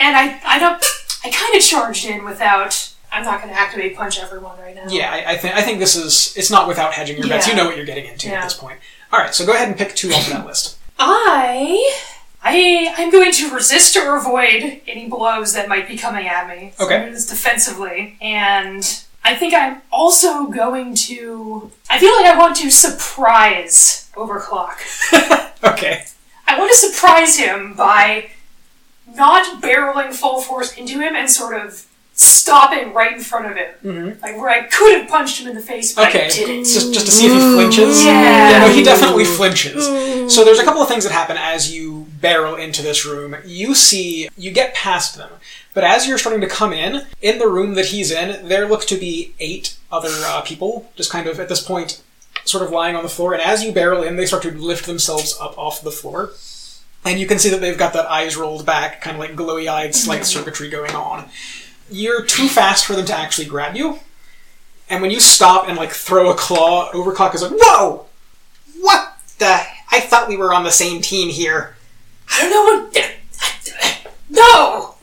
Speaker 4: and I, I don't, I kind of charged in without. I'm not going to activate punch everyone right now.
Speaker 1: yeah, I, I think I think this is. It's not without hedging your bets.
Speaker 4: Yeah.
Speaker 1: You know what you're getting into at
Speaker 4: Yeah.
Speaker 1: this point. All right, so go ahead and pick two off of that list.
Speaker 4: I, I, I'm going to resist or avoid any blows that might be coming at me. So
Speaker 1: Okay.
Speaker 4: I'm gonna do this defensively, and I think I'm also going to. I feel like I want to surprise Overclock.
Speaker 1: Okay.
Speaker 4: I want to surprise him by not barreling full force into him and sort of stopping right in front of him. Like where I could have punched him in the face, but
Speaker 1: Okay,
Speaker 4: I didn't.
Speaker 1: just, just to see if he flinches.
Speaker 4: Yeah.
Speaker 1: no, he definitely flinches. So there's a couple of things that happen as you barrel into this room. You see, you get past them, but as you're starting to come in, in the room that he's in, there look to be eight other uh, people, just kind of at this point, sort of lying on the floor. And as you barrel in, they start to lift themselves up off the floor. And you can see that they've got that eyes rolled back, kind of like glowy eyed, slight circuitry going on. You're too fast for them to actually grab you. And when you stop and like throw a claw, Overclock is like, "Whoa, what the? I thought we were on the same team here."
Speaker 4: I don't know what. No.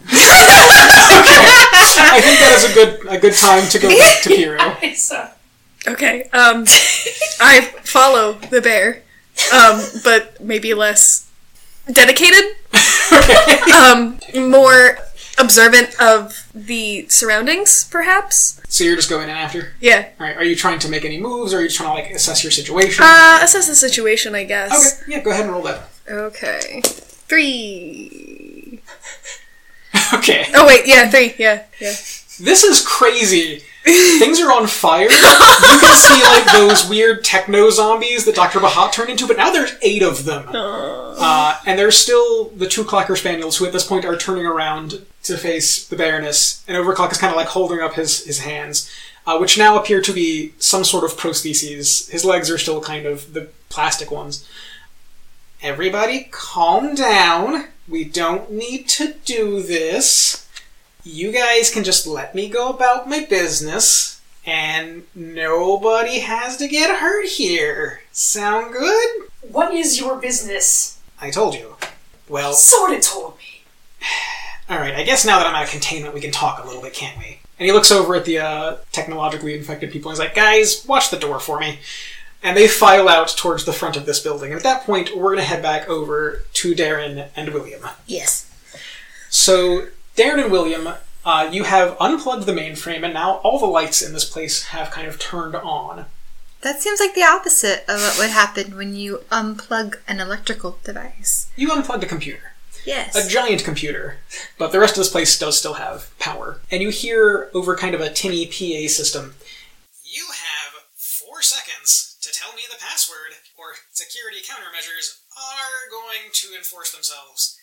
Speaker 1: I think that is a good a good time to go back to Hero.
Speaker 4: It's, uh,
Speaker 2: Okay. Um, I follow the bear, um, but maybe less dedicated. um, more observant of the surroundings, perhaps.
Speaker 1: So you're just going in after.
Speaker 2: Yeah.
Speaker 1: All right. Are you trying to make any moves, or are you just trying to like assess your situation?
Speaker 2: Uh, assess the situation, I guess.
Speaker 1: okay. Yeah. Go ahead and roll that.
Speaker 2: Okay. Three.
Speaker 1: Okay.
Speaker 2: Oh wait, yeah, three. Yeah, yeah.
Speaker 1: This is crazy. Things are on fire. You can see like those weird techno zombies that Dr. Bahat turned into, but now there's eight of them. Uh, and there's still the two Clocker Spaniels who at this point are turning around to face the Baroness, and Overclock is kind of like holding up his, his hands, uh, which now appear to be some sort of prostheses. His legs are still kind of the plastic ones. Everybody, calm down. We don't need to do this you guys can just let me go about my business and nobody has to get hurt here. Sound good?
Speaker 4: what is your business?
Speaker 1: I told you. Well,
Speaker 4: Sorta told me.
Speaker 1: alright, I guess now that I'm out of containment, we can talk a little bit, can't we? And he looks over at the uh, technologically infected people and he's like, guys, watch the door for me. And they file out towards the front of this building. And at that point, we're going to head back over to Darren and William.
Speaker 3: Yes.
Speaker 1: So, Darren and William, uh, you have unplugged the mainframe, and now all the lights in this place have kind of turned on.
Speaker 3: That seems like the opposite of what would happen when you unplug an electrical device.
Speaker 1: You unplugged a computer,
Speaker 3: Yes.
Speaker 1: a giant computer, but the rest of this place does still have power. And you hear over kind of a tinny PA system You have four seconds to tell me the password, or security countermeasures are going to enforce themselves.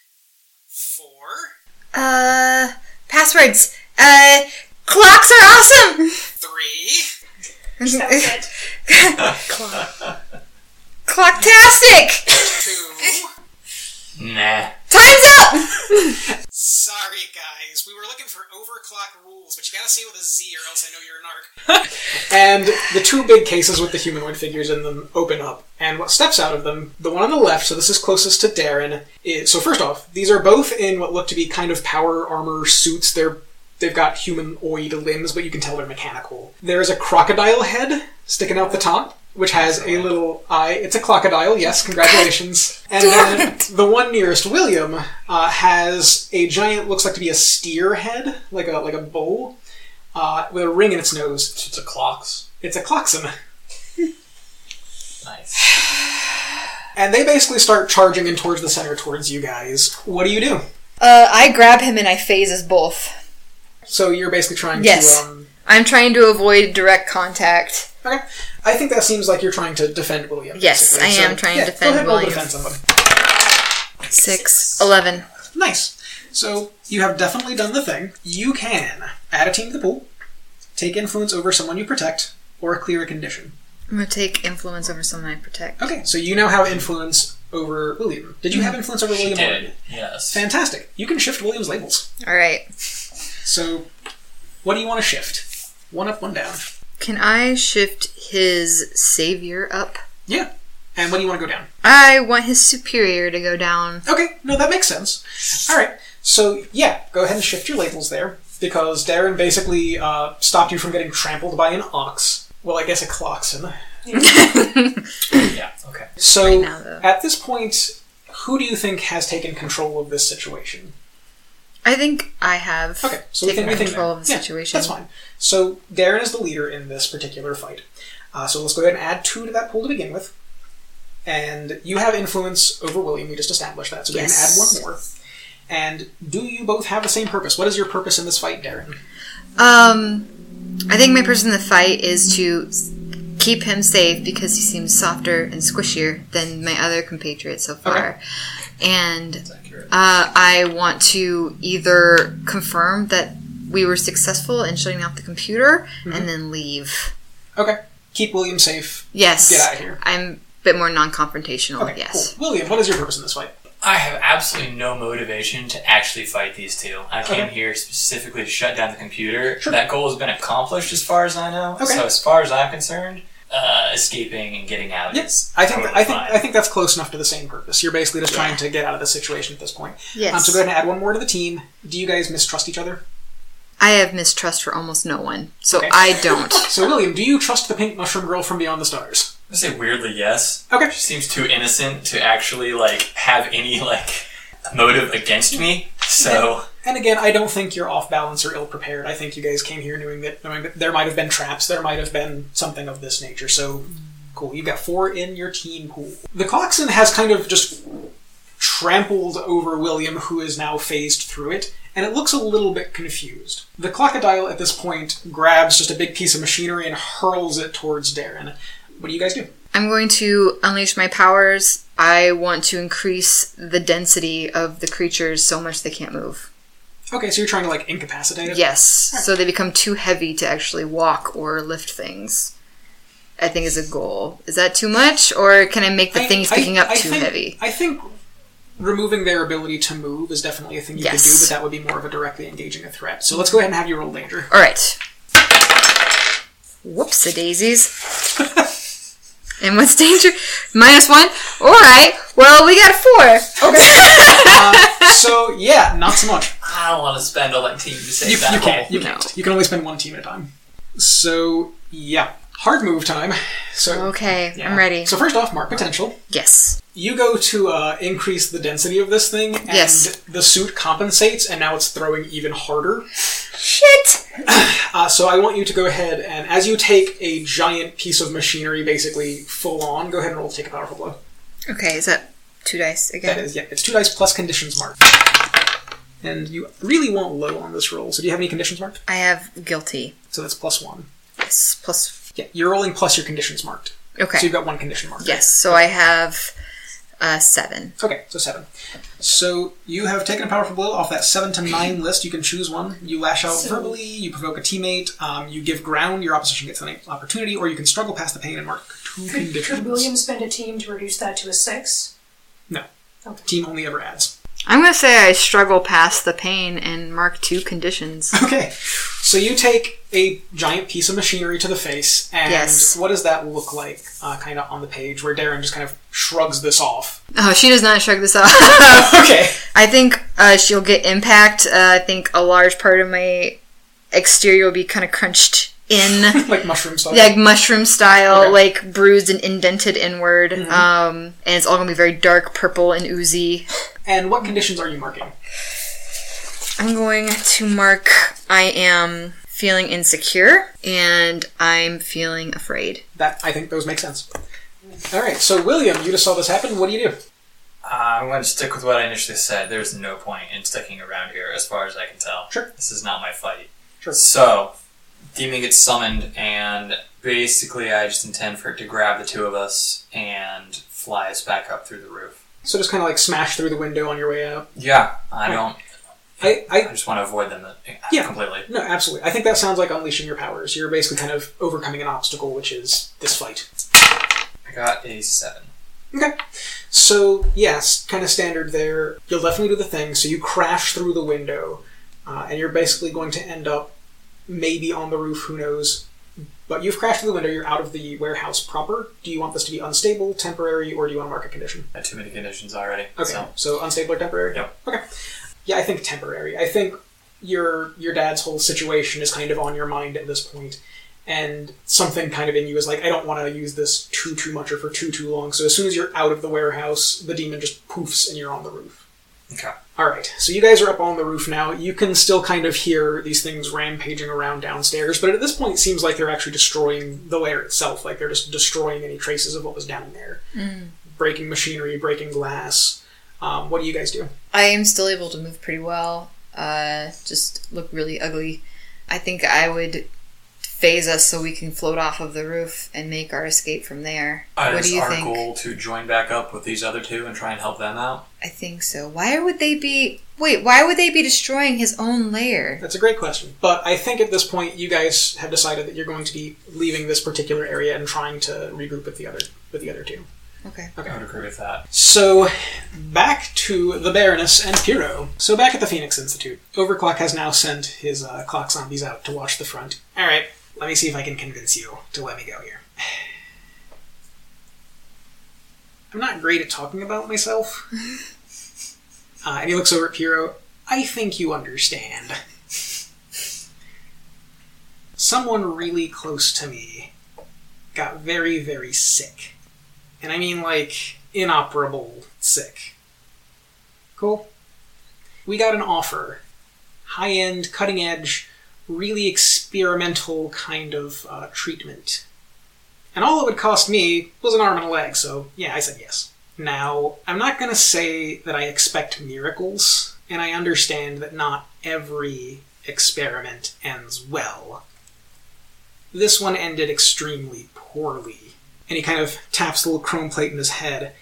Speaker 1: Four,
Speaker 3: uh, passwords. Uh, clocks are awesome.
Speaker 1: three,
Speaker 3: And Clocktastic!
Speaker 1: Two.
Speaker 5: Nah.
Speaker 3: Time's up!
Speaker 1: Sorry, guys. We were looking for overclock rules, but you gotta say with a Z or else I know you're a narc. and the two big cases with the humanoid figures in them open up, and what steps out of them, the one on the left, so this is closest to Darren, is. So, first off, these are both in what look to be kind of power armor suits. They're They've got humanoid limbs, but you can tell they're mechanical. There is a crocodile head sticking out the top, which has a little eye. It's a crocodile, yes, congratulations. And then the one nearest William uh, has a giant, looks like to be a steer head, like a like a bull, uh, with a ring in its nose.
Speaker 6: It's a clocks.
Speaker 1: It's a klaxon.
Speaker 5: Nice.
Speaker 1: And they basically start charging in towards the center, towards you guys. What do you do?
Speaker 3: Uh, I grab him and I phase us both.
Speaker 1: So you're basically trying
Speaker 3: Yes.
Speaker 1: to. Um,
Speaker 3: I'm trying to avoid direct contact.
Speaker 1: okay. I think that seems like you're trying to defend William.
Speaker 3: Yes,
Speaker 1: basically.
Speaker 3: I am trying to
Speaker 1: yeah,
Speaker 3: defend
Speaker 1: go ahead and roll to
Speaker 3: William.
Speaker 1: defend someone.
Speaker 3: Six. Eleven.
Speaker 1: Nice. So you have definitely done the thing. You can add a team to the pool, take influence over someone you protect, or clear a condition.
Speaker 3: I'm gonna take influence over someone I protect.
Speaker 1: Okay, so you now have influence over William. Did
Speaker 3: Mm-hmm.
Speaker 1: you have influence over William already?
Speaker 5: Did. Yes.
Speaker 1: Fantastic. You can shift William's labels.
Speaker 3: Alright.
Speaker 1: So what do you want to shift? One up, one down.
Speaker 3: Can I shift his savior up?
Speaker 1: Yeah. And what do you want to go down?
Speaker 3: I want his superior to go down.
Speaker 1: Okay, no, that makes sense. All right, so yeah, go ahead and shift your labels there because Darren basically uh, stopped you from getting trampled by an ox. Well, I guess a cloxon.
Speaker 5: Yeah. Okay.
Speaker 1: So
Speaker 3: now, though.
Speaker 1: at this point, who do you think has taken control of this situation?
Speaker 3: I think I have
Speaker 1: Okay, so
Speaker 3: taken
Speaker 1: we think we think
Speaker 3: control of the
Speaker 1: yeah,
Speaker 3: situation.
Speaker 1: That's fine. So Darren is the leader in this particular fight. Uh, so let's go ahead and add two to that pool to begin with. And you have influence over William. We just established that, so we
Speaker 3: Yes.
Speaker 1: can add one more. And do you both have the same purpose? What is your purpose in this fight, Darren?
Speaker 3: Um, I think my purpose in the fight is to s- keep him safe because he seems softer and squishier than my other compatriots so far. And
Speaker 5: Accurate.
Speaker 3: uh, I want to either confirm that we were successful in shutting off the computer
Speaker 1: Mm-hmm.
Speaker 3: and then leave.
Speaker 1: Okay, keep William safe.
Speaker 3: Yes.
Speaker 1: Get outta here.
Speaker 3: I'm a bit more non confrontational,
Speaker 1: Okay,
Speaker 3: yes.
Speaker 1: cool. William, what is your purpose in this fight?
Speaker 5: I have absolutely no motivation to actually fight these two. I came
Speaker 1: Okay.
Speaker 5: here specifically to shut down the computer. That goal has been accomplished as far as I know.
Speaker 1: Okay.
Speaker 5: So as far as I'm concerned, uh, escaping and getting out is
Speaker 1: I think
Speaker 5: totally
Speaker 1: I think
Speaker 5: fine.
Speaker 1: I think that's close enough to the same purpose. You're basically just trying to get out of the situation at this point.
Speaker 3: Yes.
Speaker 1: Um, so go ahead and add one more to the team. Do you guys mistrust each other?
Speaker 3: I have mistrust for almost no one, so
Speaker 1: Okay.
Speaker 3: I don't.
Speaker 1: So William, do you trust the pink mushroom girl from beyond the stars?
Speaker 5: I say weirdly yes.
Speaker 1: Okay.
Speaker 5: She seems too innocent to actually like have any like motive against me. So
Speaker 1: And again, I don't think you're off balance or ill prepared. I think you guys came here knowing that knowing that there might have been traps, there might have been something of this nature. So cool. You've got four in your team pool. The Coxon has kind of just trampled over William, who is now phased through it, and it looks a little bit confused. The crocodile at this point grabs just a big piece of machinery and hurls it towards Darren. What do you guys do?
Speaker 3: I'm going to unleash my powers. I want to increase the density of the creatures so much they can't move.
Speaker 1: Okay, so you're trying to like incapacitate it?
Speaker 3: Yes, so they become too heavy to actually walk or lift things. I think is a goal. Is that too much, or can I make the
Speaker 1: I-
Speaker 3: thing he's
Speaker 1: I-
Speaker 3: picking up
Speaker 1: I
Speaker 3: too
Speaker 1: think-
Speaker 3: heavy?
Speaker 1: I think removing their ability to move is definitely a thing you
Speaker 3: Yes.
Speaker 1: could do, but that would be more of a directly engaging a threat. So let's go ahead and have you roll danger.
Speaker 3: All right. Whoops, the daisies. and what's danger? Minus one. All right. Well, we got a four.
Speaker 1: so yeah, not so much.
Speaker 5: I don't want to spend all that team to save
Speaker 1: You,
Speaker 5: that
Speaker 1: you can't.
Speaker 5: goal.
Speaker 1: You can't. You can only spend one team at a time. So yeah, hard move time. So
Speaker 3: Okay,
Speaker 1: yeah.
Speaker 3: I'm ready.
Speaker 1: So first off, mark potential.
Speaker 3: yes.
Speaker 1: You go to uh, increase the density of this thing, and
Speaker 3: Yes.
Speaker 1: the suit compensates, and now it's throwing even harder.
Speaker 3: Shit.
Speaker 1: Uh, so I want you to go ahead and, as you take a giant piece of machinery, basically full on, go ahead and roll to take a powerful blow.
Speaker 3: Okay, is that two dice again?
Speaker 1: That is, yeah, it's two dice plus conditions mark. And you really want low on this roll. So do you have any conditions marked?
Speaker 3: I have guilty.
Speaker 1: So that's plus one.
Speaker 3: Yes, plus.
Speaker 1: Yeah, you're rolling plus your conditions marked.
Speaker 3: Okay.
Speaker 1: So you've got one condition marked.
Speaker 3: yes, so I have Uh, seven.
Speaker 1: Okay, so seven. So you have taken a powerful blow off that seven to nine list. You can choose one. You lash out verbally. You provoke a teammate. Um, you give ground. Your opposition gets an opportunity, or you can struggle past the pain and mark two
Speaker 4: Could,
Speaker 1: conditions.
Speaker 4: could William spend a team to reduce that to a six?
Speaker 1: No,
Speaker 4: Okay.
Speaker 1: team only ever adds.
Speaker 3: I'm gonna say I struggle past the pain and mark two conditions.
Speaker 1: Okay, so you take a giant piece of machinery to the face, and
Speaker 3: Yes.
Speaker 1: what does that look like? Uh, kind of on the page where Darren just kind of shrugs this off.
Speaker 3: Oh, she does not shrug this off.
Speaker 1: Okay,
Speaker 3: I think uh, she'll get impact. Uh, I think a large part of my exterior will be kind of crunched in,
Speaker 1: like mushroom stuff.
Speaker 3: like mushroom style,
Speaker 1: Okay. Mm-hmm.
Speaker 3: like bruised and indented inward. Um, and it's all gonna be very dark purple and oozy.
Speaker 1: And what conditions are you marking?
Speaker 3: I'm going to mark I am feeling insecure and I'm feeling afraid.
Speaker 1: That I think those make sense. All right, so William, you just saw this happen. What do you do?
Speaker 5: Uh, I'm going to stick with what I initially said. There's no point in sticking around here, as far as I can tell.
Speaker 1: Sure.
Speaker 5: This is not my fight.
Speaker 1: Sure.
Speaker 5: So, Demon gets summoned, and basically, I just intend for it to grab the two of us and fly us back up through the roof.
Speaker 1: So just kind of like smash through the window on your way out.
Speaker 5: Yeah, I don't.
Speaker 1: I,
Speaker 5: I
Speaker 1: I
Speaker 5: just want to avoid them uh,
Speaker 1: Yeah.
Speaker 5: completely.
Speaker 1: No, absolutely. I think that sounds like unleashing your powers. You're basically kind of overcoming an obstacle, which is this fight.
Speaker 5: I got a seven.
Speaker 1: Okay. So, yes, kind of standard there. You'll definitely do the thing. So, you crash through the window, uh, and you're basically going to end up maybe on the roof, who knows. But you've crashed through the window, you're out of the warehouse proper. Do you want this to be unstable, temporary, or do you want to mark a condition?
Speaker 5: I had too many conditions already.
Speaker 1: Okay.
Speaker 5: So.
Speaker 1: So, unstable or temporary?
Speaker 5: Yep.
Speaker 1: Okay. Yeah, I think temporary. I think your your dad's whole situation is kind of on your mind at this point, and something kind of in you is like, I don't want to use this too too much or for too too long. So as soon as you're out of the warehouse, the demon just poofs and you're on the roof.
Speaker 5: Okay.
Speaker 1: All right. So you guys are up on the roof now. You can still kind of hear these things rampaging around downstairs, but at this point, it seems like they're actually destroying the lair itself. Like they're just destroying any traces of what was down there, breaking machinery, breaking glass. Um, what do you guys do?
Speaker 3: I am still able to move pretty well. Uh, just look really ugly. I think I would phase us so we can float off of the roof and make our escape from there. what
Speaker 5: is
Speaker 3: do you
Speaker 5: our
Speaker 3: think?
Speaker 5: goal to join back up with these other two and try and help them out?
Speaker 3: I think so. Why would they be? Wait, why would they be destroying his own lair?
Speaker 1: That's a great question. But I think at this point, you guys have decided that you're going to be leaving this particular area and trying to regroup with the other with the other two.
Speaker 3: Okay.
Speaker 5: I would agree with that.
Speaker 1: So, back to the Baroness and Piro. So back at the Phoenix Institute, Overclock has now sent his uh, clock zombies out to watch the front. All right, let me see if I can convince you to let me go here. I'm not great at talking about myself. Uh, and he looks over at Piro. I think you understand. Someone really close to me got very, very sick. And I mean like inoperable sick. Cool. We got an offer. High end, cutting edge, really experimental kind of uh, treatment. And all it would cost me was an arm and a leg, so yeah, I said yes. Now, I'm not going to say that I expect miracles, and I understand that not every experiment ends well. This one ended extremely poorly and he kind of taps the little chrome plate in his head.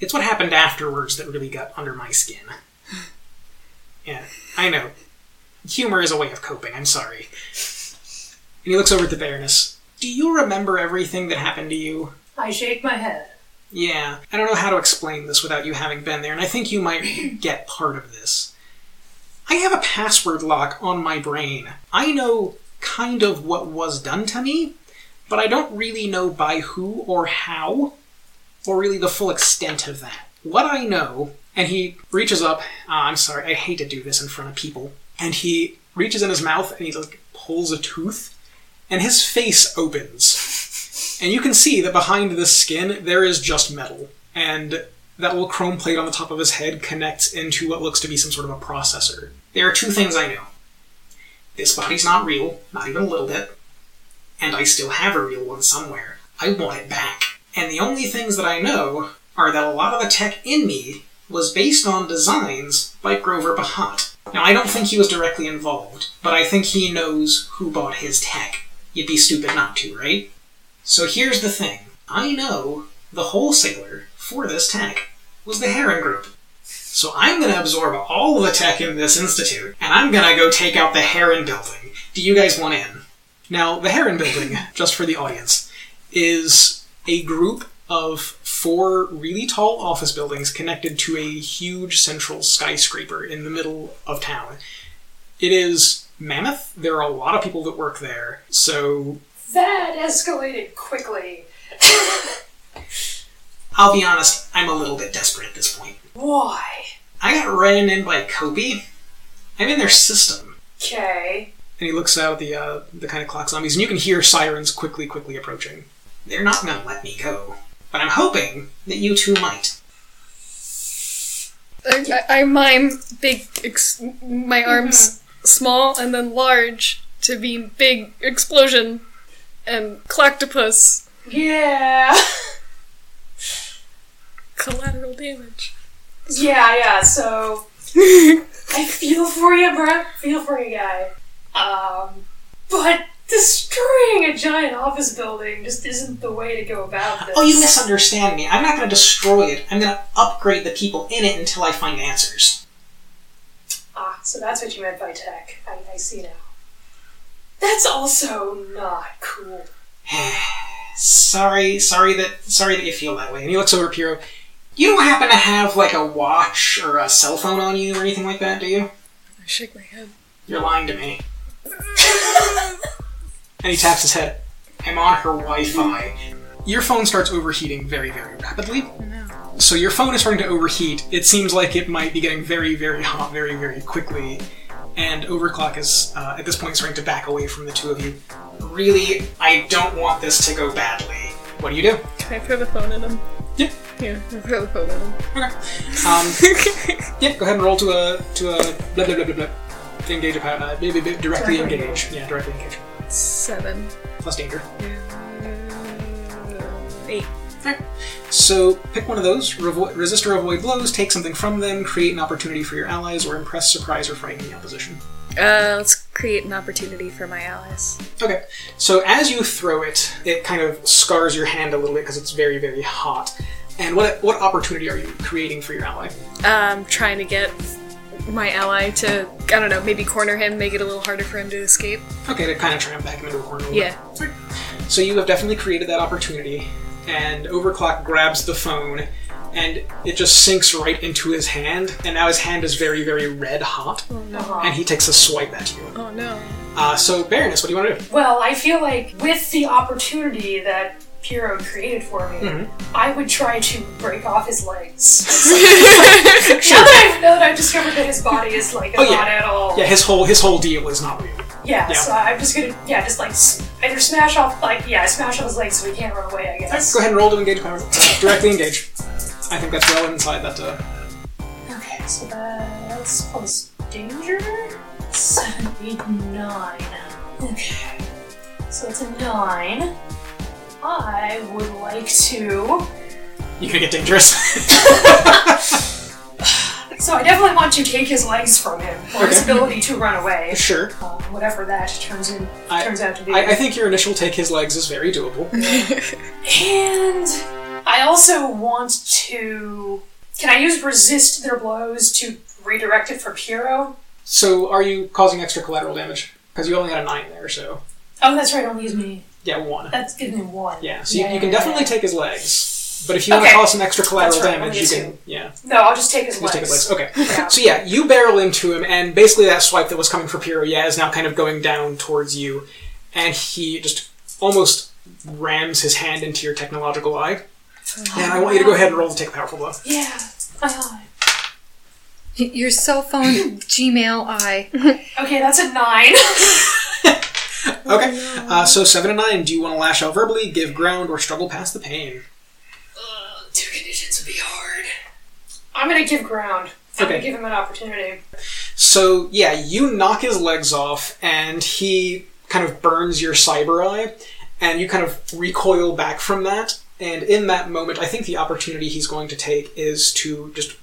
Speaker 1: It's what happened afterwards that really got under my skin. Yeah, I know. Humor is a way of coping, I'm sorry. And he looks over at the Baroness. Do you remember everything that happened to you?
Speaker 4: I shake my head.
Speaker 1: Yeah, I don't know how to explain this without you having been there, and I think you might get part of this. I have a password lock on my brain. I know kind of what was done to me, but I don't really know by who or how, or really the full extent of that. What I know, and he reaches up, ah, I'm sorry, I hate to do this in front of people, and he reaches in his mouth and he like pulls a tooth, and his face opens. And you can see that behind this skin, there is just metal. And that little chrome plate on the top of his head connects into what looks to be some sort of a processor. There are two things I know this body's not real, not even a little bit, and I still have a real one somewhere. I want it back. And the only things that I know are that a lot of the tech in me was based on designs by Grover Bahat. Now, I don't think he was directly involved, but I think he knows who bought his tech. You'd be stupid not to, right? So here's the thing I know the wholesaler for this tech. was the Heron Group. So I'm going to absorb all the tech in this institute, and I'm going to go take out the Heron Building. Do you guys want in? Now, the Heron Building, just for the audience, is a group of four really tall office buildings connected to a huge central skyscraper in the middle of town. It is mammoth. There are a lot of people that work there. So
Speaker 4: That escalated quickly.
Speaker 1: I'll be honest, I'm a little bit desperate at this point.
Speaker 4: Why?
Speaker 1: I got ran in by Kobe. I'm in their system.
Speaker 4: Okay.
Speaker 1: And he looks out at the, uh, the kind of clock zombies, and you can hear sirens quickly, quickly approaching. They're not going to let me go. But I'm hoping that you two might.
Speaker 2: I, I, I mime big, ex- my arms small and then large to mean big explosion and clactopus
Speaker 4: Yeah.
Speaker 2: collateral damage.
Speaker 4: Yeah, yeah, so I feel for you, bro. Feel for you, guy. Um, but destroying a giant office building just isn't the way to go about this.
Speaker 1: Oh, you misunderstand me. I'm not going to destroy it. I'm going to upgrade the people in it until I find answers.
Speaker 4: Ah, so that's what you meant by tech. I, I see now. That's also not cool.
Speaker 1: Sorry, sorry that sorry that you feel that way. And he looks over at Piero. You don't happen to have like a watch or a cell phone on you or anything like that, do you?
Speaker 2: I shake my head.
Speaker 1: You're lying to me. and he taps his head. I'm on her Wi Fi. Your phone starts overheating very, very rapidly. So your phone is starting to overheat. It seems like it might be getting very, very hot very, very quickly. And Overclock is, uh, at this point, starting to back away from the two of you. Really, I don't want this to go badly. What do you do?
Speaker 2: Can I throw the phone at him?
Speaker 1: Yeah.
Speaker 2: Yeah, I throw the phone at him.
Speaker 1: Okay. Um, yeah, go ahead and roll to a to a blah blah blah blah blah. Engage a power, uh, blah, blah, blah, directly engage. Yeah, directly engage.
Speaker 2: Seven.
Speaker 1: Plus danger.
Speaker 2: Uh, eight.
Speaker 1: So pick one of those. Revo- resist or avoid blows. Take something from them. Create an opportunity for your allies, or impress, surprise, or frighten the opposition.
Speaker 2: Uh, let's create an opportunity for my allies.
Speaker 1: Okay. So as you throw it, it kind of scars your hand a little bit because it's very very hot. And what what opportunity are you creating for your ally?
Speaker 2: Um, trying to get my ally to, I don't know, maybe corner him, make it a little harder for him to escape.
Speaker 1: Okay, to kind of try and back him into a corner. a little
Speaker 2: Yeah.
Speaker 1: bit. So you have definitely created that opportunity, and Overclock grabs the phone, and it just sinks right into his hand, and now his hand is very, very red hot,
Speaker 4: Uh-huh.
Speaker 1: and he takes a swipe at you.
Speaker 2: Oh no.
Speaker 1: Uh, so Baroness, what do you want to do?
Speaker 4: Well, I feel like with the opportunity that Piero created for me,
Speaker 1: Mm-hmm.
Speaker 4: I would try to break off his legs. Now that I've, now that I've discovered that his body is like
Speaker 1: Oh,
Speaker 4: not
Speaker 1: yeah.
Speaker 4: at all.
Speaker 1: Yeah, his whole his whole deal is not real.
Speaker 4: Yeah,
Speaker 1: Yeah.
Speaker 4: so I'm just gonna, yeah, just like s- either smash off, like, yeah, smash off his legs so he can't run away, I guess.
Speaker 1: Go ahead and roll to engage power. Directly engage. I think that's well inside that. Uh,
Speaker 4: Okay, so that's plus danger? Seven, eight, nine. Okay. So that's a nine. I would like to.
Speaker 1: you're gonna get dangerous.
Speaker 4: So I definitely want to take his legs from him, or his
Speaker 1: Okay.
Speaker 4: ability to run away,
Speaker 1: sure.
Speaker 4: um, whatever that turns in
Speaker 1: I-
Speaker 4: turns out to be.
Speaker 1: I, I think your initial take his legs is very doable.
Speaker 4: And I also want to. Can I use resist their blows to redirect it for Piero?
Speaker 1: So are you causing extra collateral damage? Because you only had a nine there, so
Speaker 4: Oh, that's right. Only gives me.
Speaker 1: yeah, one.
Speaker 4: That's gives me one.
Speaker 1: Yeah, so you, you can definitely take his legs, but if you want
Speaker 4: Okay.
Speaker 1: to cause some extra collateral
Speaker 4: That's right,
Speaker 1: damage,
Speaker 4: I'm
Speaker 1: you
Speaker 4: gonna
Speaker 1: can. Yeah,
Speaker 4: No, I'll just take his
Speaker 1: just
Speaker 4: legs.
Speaker 1: take his legs. Okay.
Speaker 4: Yeah.
Speaker 1: So yeah, you barrel into him, and basically that swipe that was coming for Piero, yeah, is now kind of going down towards you, and he just almost rams his hand into your technological eye. And I want you to go ahead and roll to take a powerful blow.
Speaker 4: Yeah. Uh, My eye.
Speaker 3: Your cell phone, Gmail, I.
Speaker 4: Okay, that's a nine.
Speaker 1: Okay. Uh, so seven and nine. Do you want to lash out verbally, give ground, or struggle past the pain?
Speaker 4: Two conditions would be hard. I'm gonna give ground. I'm
Speaker 1: Okay.
Speaker 4: gonna give him an opportunity.
Speaker 1: So yeah, you knock his legs off, and he kind of burns your cyber eye, and you kind of recoil back from that. And in that moment, I think the opportunity he's going to take is to just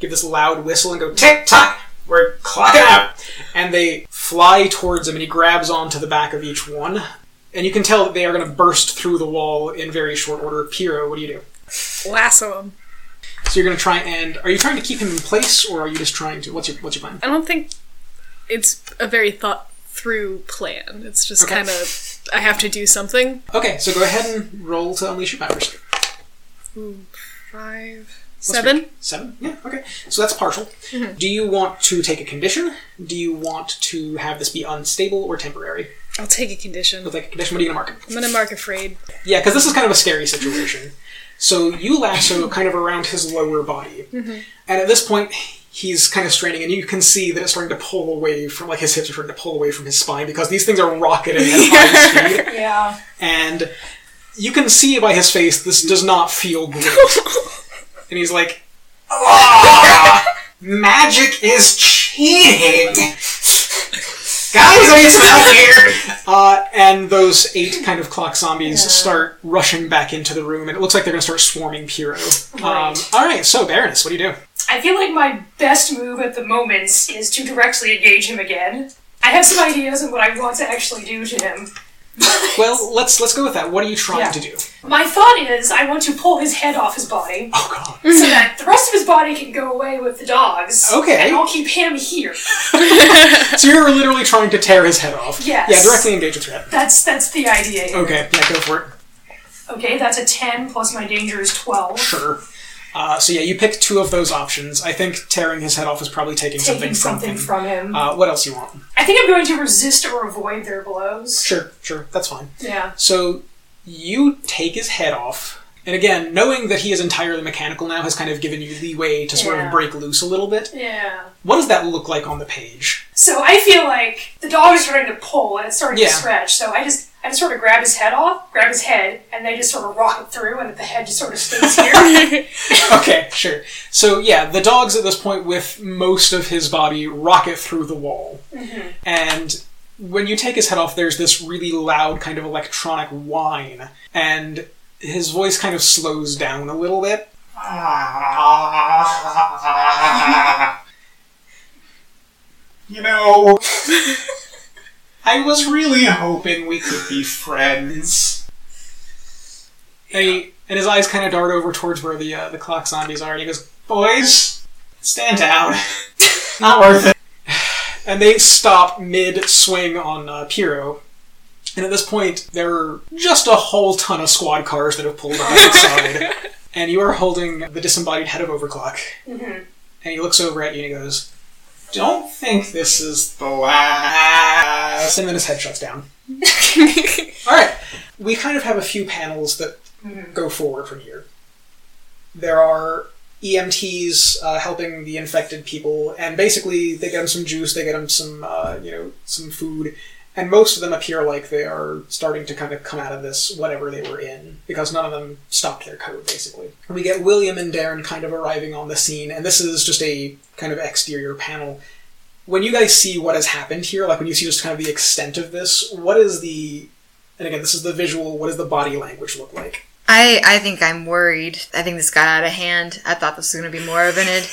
Speaker 1: give this loud whistle and go tick tock. We're clocking out, and they fly towards him, and he grabs onto the back of each one, and you can tell that they are going to burst through the wall in very short order. Piero, what do you do?
Speaker 2: Lasso him.
Speaker 1: So you're going to try and are you trying to keep him in place, or are you just trying to? What's your what's your plan?
Speaker 2: I don't think it's a very thought through plan. It's just
Speaker 1: Okay.
Speaker 2: kind of I have to do something.
Speaker 1: Okay, so go ahead and roll to unleash your powers.
Speaker 2: Five, seven.
Speaker 1: Seven. Yeah. Okay. So that's partial. Do you want to take a condition? Do you want to have this be unstable or temporary?
Speaker 2: I'll take a condition.
Speaker 1: With like a condition, what are you going to mark it?
Speaker 2: I'm gonna mark afraid.
Speaker 1: Yeah, because this is kind of a scary situation. So you lasso kind of around his lower body, and at this point, he's kind of straining, and you can see that it's starting to pull away from like his hips are starting to pull away from his spine because these things are rocketing at high speed.
Speaker 4: Yeah.
Speaker 1: and you can see by his face this does not feel great. and he's like, "Ah, "Magic is cheating, guys! I need some help here." Uh, and those eight kind of clock zombies start rushing back into the room, and it looks like they're going to start swarming Pyro. Um,
Speaker 4: Right.
Speaker 1: all right, so Baroness, what do you do?
Speaker 4: I feel like my best move at the moment is to directly engage him again. I have some ideas of what I want to actually do to him.
Speaker 1: Well, let's let's go with that. What are you trying
Speaker 4: Yeah.
Speaker 1: to do?
Speaker 4: My thought is I want to pull his head off his body
Speaker 1: Oh God!
Speaker 4: so that the rest of his body can go away with the dogs.
Speaker 1: Okay.
Speaker 4: And I'll keep him here.
Speaker 1: so you're literally trying to tear his head off?
Speaker 4: Yes.
Speaker 1: Yeah, directly engage with your head.
Speaker 4: That's that's the idea. here.
Speaker 1: Okay, yeah, go for it.
Speaker 4: Okay, that's a ten plus my danger is twelve.
Speaker 1: Sure. Uh, so yeah, you pick two of those options. I think tearing his head off is probably taking,
Speaker 4: Taking
Speaker 1: something
Speaker 4: something
Speaker 1: from him.
Speaker 4: from him.
Speaker 1: Uh, what else you want?
Speaker 4: I think I'm going to resist or avoid their blows.
Speaker 1: Sure, sure, that's fine.
Speaker 4: Yeah.
Speaker 1: So you take his head off, and again, knowing that he is entirely mechanical now has kind of given you leeway to sort
Speaker 4: Yeah.
Speaker 1: of break loose a little bit.
Speaker 4: Yeah.
Speaker 1: What does that look like on the page?
Speaker 4: So I feel like the dog is starting to pull and it's starting
Speaker 1: Yeah.
Speaker 4: to stretch. So I just I just sort of grab his head off, grab his head, and they just sort of rock it through, and the head just sort of stays here.
Speaker 1: okay, sure. So yeah, the dogs at this point, with most of his body, rocket through the wall,
Speaker 6: Mm-hmm.
Speaker 1: and when you take his head off, there's this really loud kind of electronic whine, and his voice kind of slows down a little bit.
Speaker 6: You know, I was really hoping we could be friends.
Speaker 1: And, he, and his eyes kind of dart over towards where the uh, the clock zombies are, and he goes, "Boys,
Speaker 6: Stand down. Not worth it.
Speaker 1: and they stop mid swing on uh, Pyro. And at this point, there are just a whole ton of squad cars that have pulled up outside. and you are holding the disembodied head of Overclock. And he looks over at you and he goes,
Speaker 6: Don't think this is the last.
Speaker 1: and then his head shuts down. All right. We kind of have a few panels that go forward from here. There are EMTs uh, helping the infected people, and basically they get them some juice, they get them some, uh, you know, some food, and most of them appear like they are starting to kind of come out of this whatever they were in, because none of them stopped their code, basically. And we get William and Darren kind of arriving on the scene, and this is just a kind of exterior panel. When you guys see what has happened here, like when you see just kind of the extent of this, what is the, and again, this is the visual, what does the body language look like?
Speaker 3: I, I think I'm worried. I think this got out of hand. I thought this was going to be more of an ad-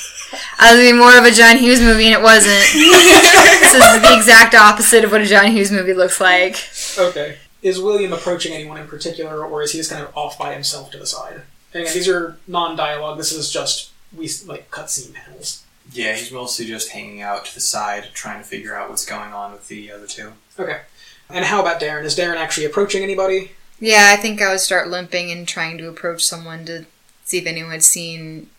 Speaker 3: I was gonna be more of a John Hughes movie, and it wasn't. so this is the exact opposite of what a John Hughes movie looks like.
Speaker 1: Okay. Is William approaching anyone in particular, or is he just kind of off by himself to the side? And again, these are non-dialogue. This is just we like cutscene panels.
Speaker 5: Yeah, he's mostly just hanging out to the side, trying to figure out what's going on with the other two.
Speaker 1: Okay. And how about Darren? Is Darren actually approaching anybody?
Speaker 3: Yeah, I think I would start limping and trying to approach someone to see if anyone's seen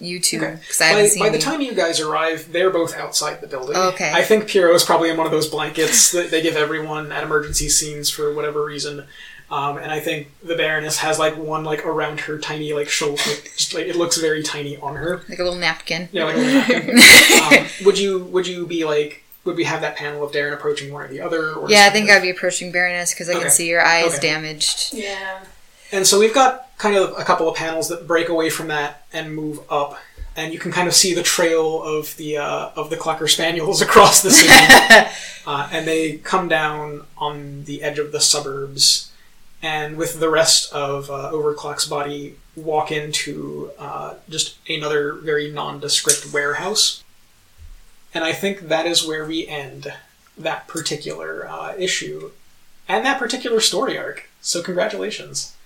Speaker 3: you two
Speaker 1: Okay.
Speaker 3: because I
Speaker 1: By,
Speaker 3: haven't seen
Speaker 1: by the
Speaker 3: you.
Speaker 1: time you guys arrive, they're both outside the building.
Speaker 3: Okay.
Speaker 1: I think Piero is probably in one of those blankets that they give everyone at emergency scenes for whatever reason. Um, and I think the Baroness has like one like around her tiny like shoulder. Just, like, it looks very tiny on her.
Speaker 3: like a little napkin.
Speaker 1: Yeah, like a little napkin. um, would you would you be like would we have that panel of Darren approaching one or the other? Or
Speaker 3: Yeah, I
Speaker 1: just
Speaker 3: think
Speaker 1: kind
Speaker 3: I'd be approaching Baroness because I
Speaker 1: Okay.
Speaker 3: can see your eyes
Speaker 1: Okay.
Speaker 3: damaged.
Speaker 4: yeah.
Speaker 1: of- And so we've got kind of a couple of panels that break away from that and move up, and you can kind of see the trail of the uh, of the Clucker Spaniels across the city, uh, and they come down on the edge of the suburbs, and with the rest of uh, Overclock's body, walk into uh, just another very nondescript warehouse. And I think that is where we end that particular uh, issue and that particular story arc. So, congratulations.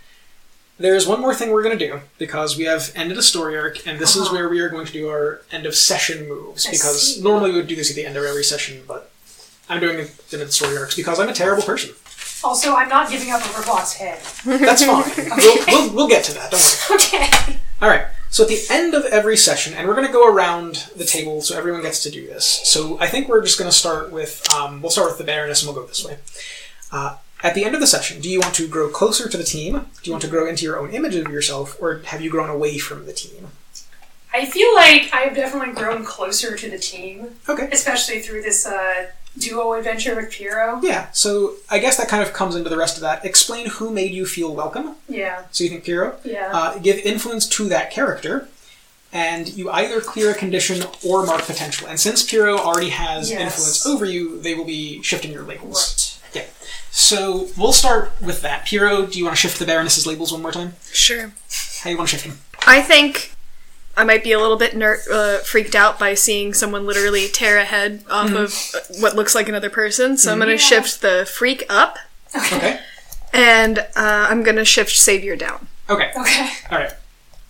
Speaker 1: There's one more thing we're going to do because we have ended a story arc, and this is where we are going to do our end of session moves.
Speaker 4: Uh-huh. I
Speaker 1: because
Speaker 4: see.
Speaker 1: normally we would do this at the end of every session, but I'm doing it in the story arcs because I'm a terrible person.
Speaker 4: Also, I'm not giving up over Block's head.
Speaker 1: That's fine. we'll, we'll, we'll get to that. Don't worry.
Speaker 4: Okay.
Speaker 1: All right. So at the end of every session, and we're going to go around the table so everyone gets to do this. So I think we're just going to start with um, we'll start with the Baroness and we'll go this way. Uh, at the end of the session, do you want to grow closer to the team? Do you want to grow into your own image of yourself, or have you grown away from the team?
Speaker 4: I feel like I have definitely grown closer to the team,
Speaker 1: Okay.
Speaker 4: especially through this uh, duo adventure with Piero.
Speaker 1: Yeah. So I guess that kind of comes into the rest of that. Explain who made you feel welcome.
Speaker 4: Yeah,
Speaker 1: So you think Piero?
Speaker 4: yeah.
Speaker 1: Uh, give influence to that character, and you either clear a condition or mark potential. And since Piro already has
Speaker 4: Yes.
Speaker 1: influence over you, they will be shifting your labels.
Speaker 4: Right.
Speaker 1: Yeah. So we'll start with that. Piro, do you want to shift the Baroness's labels one more time?
Speaker 2: Sure.
Speaker 1: How you want to shift him?
Speaker 2: I think I might be a little bit ner- uh, freaked out by seeing someone literally tear a head off of uh, what looks like another person, so I'm going to shift the freak up
Speaker 1: Okay.
Speaker 2: and uh, I'm going to shift savior down.
Speaker 1: Okay.
Speaker 4: Okay.
Speaker 1: All right.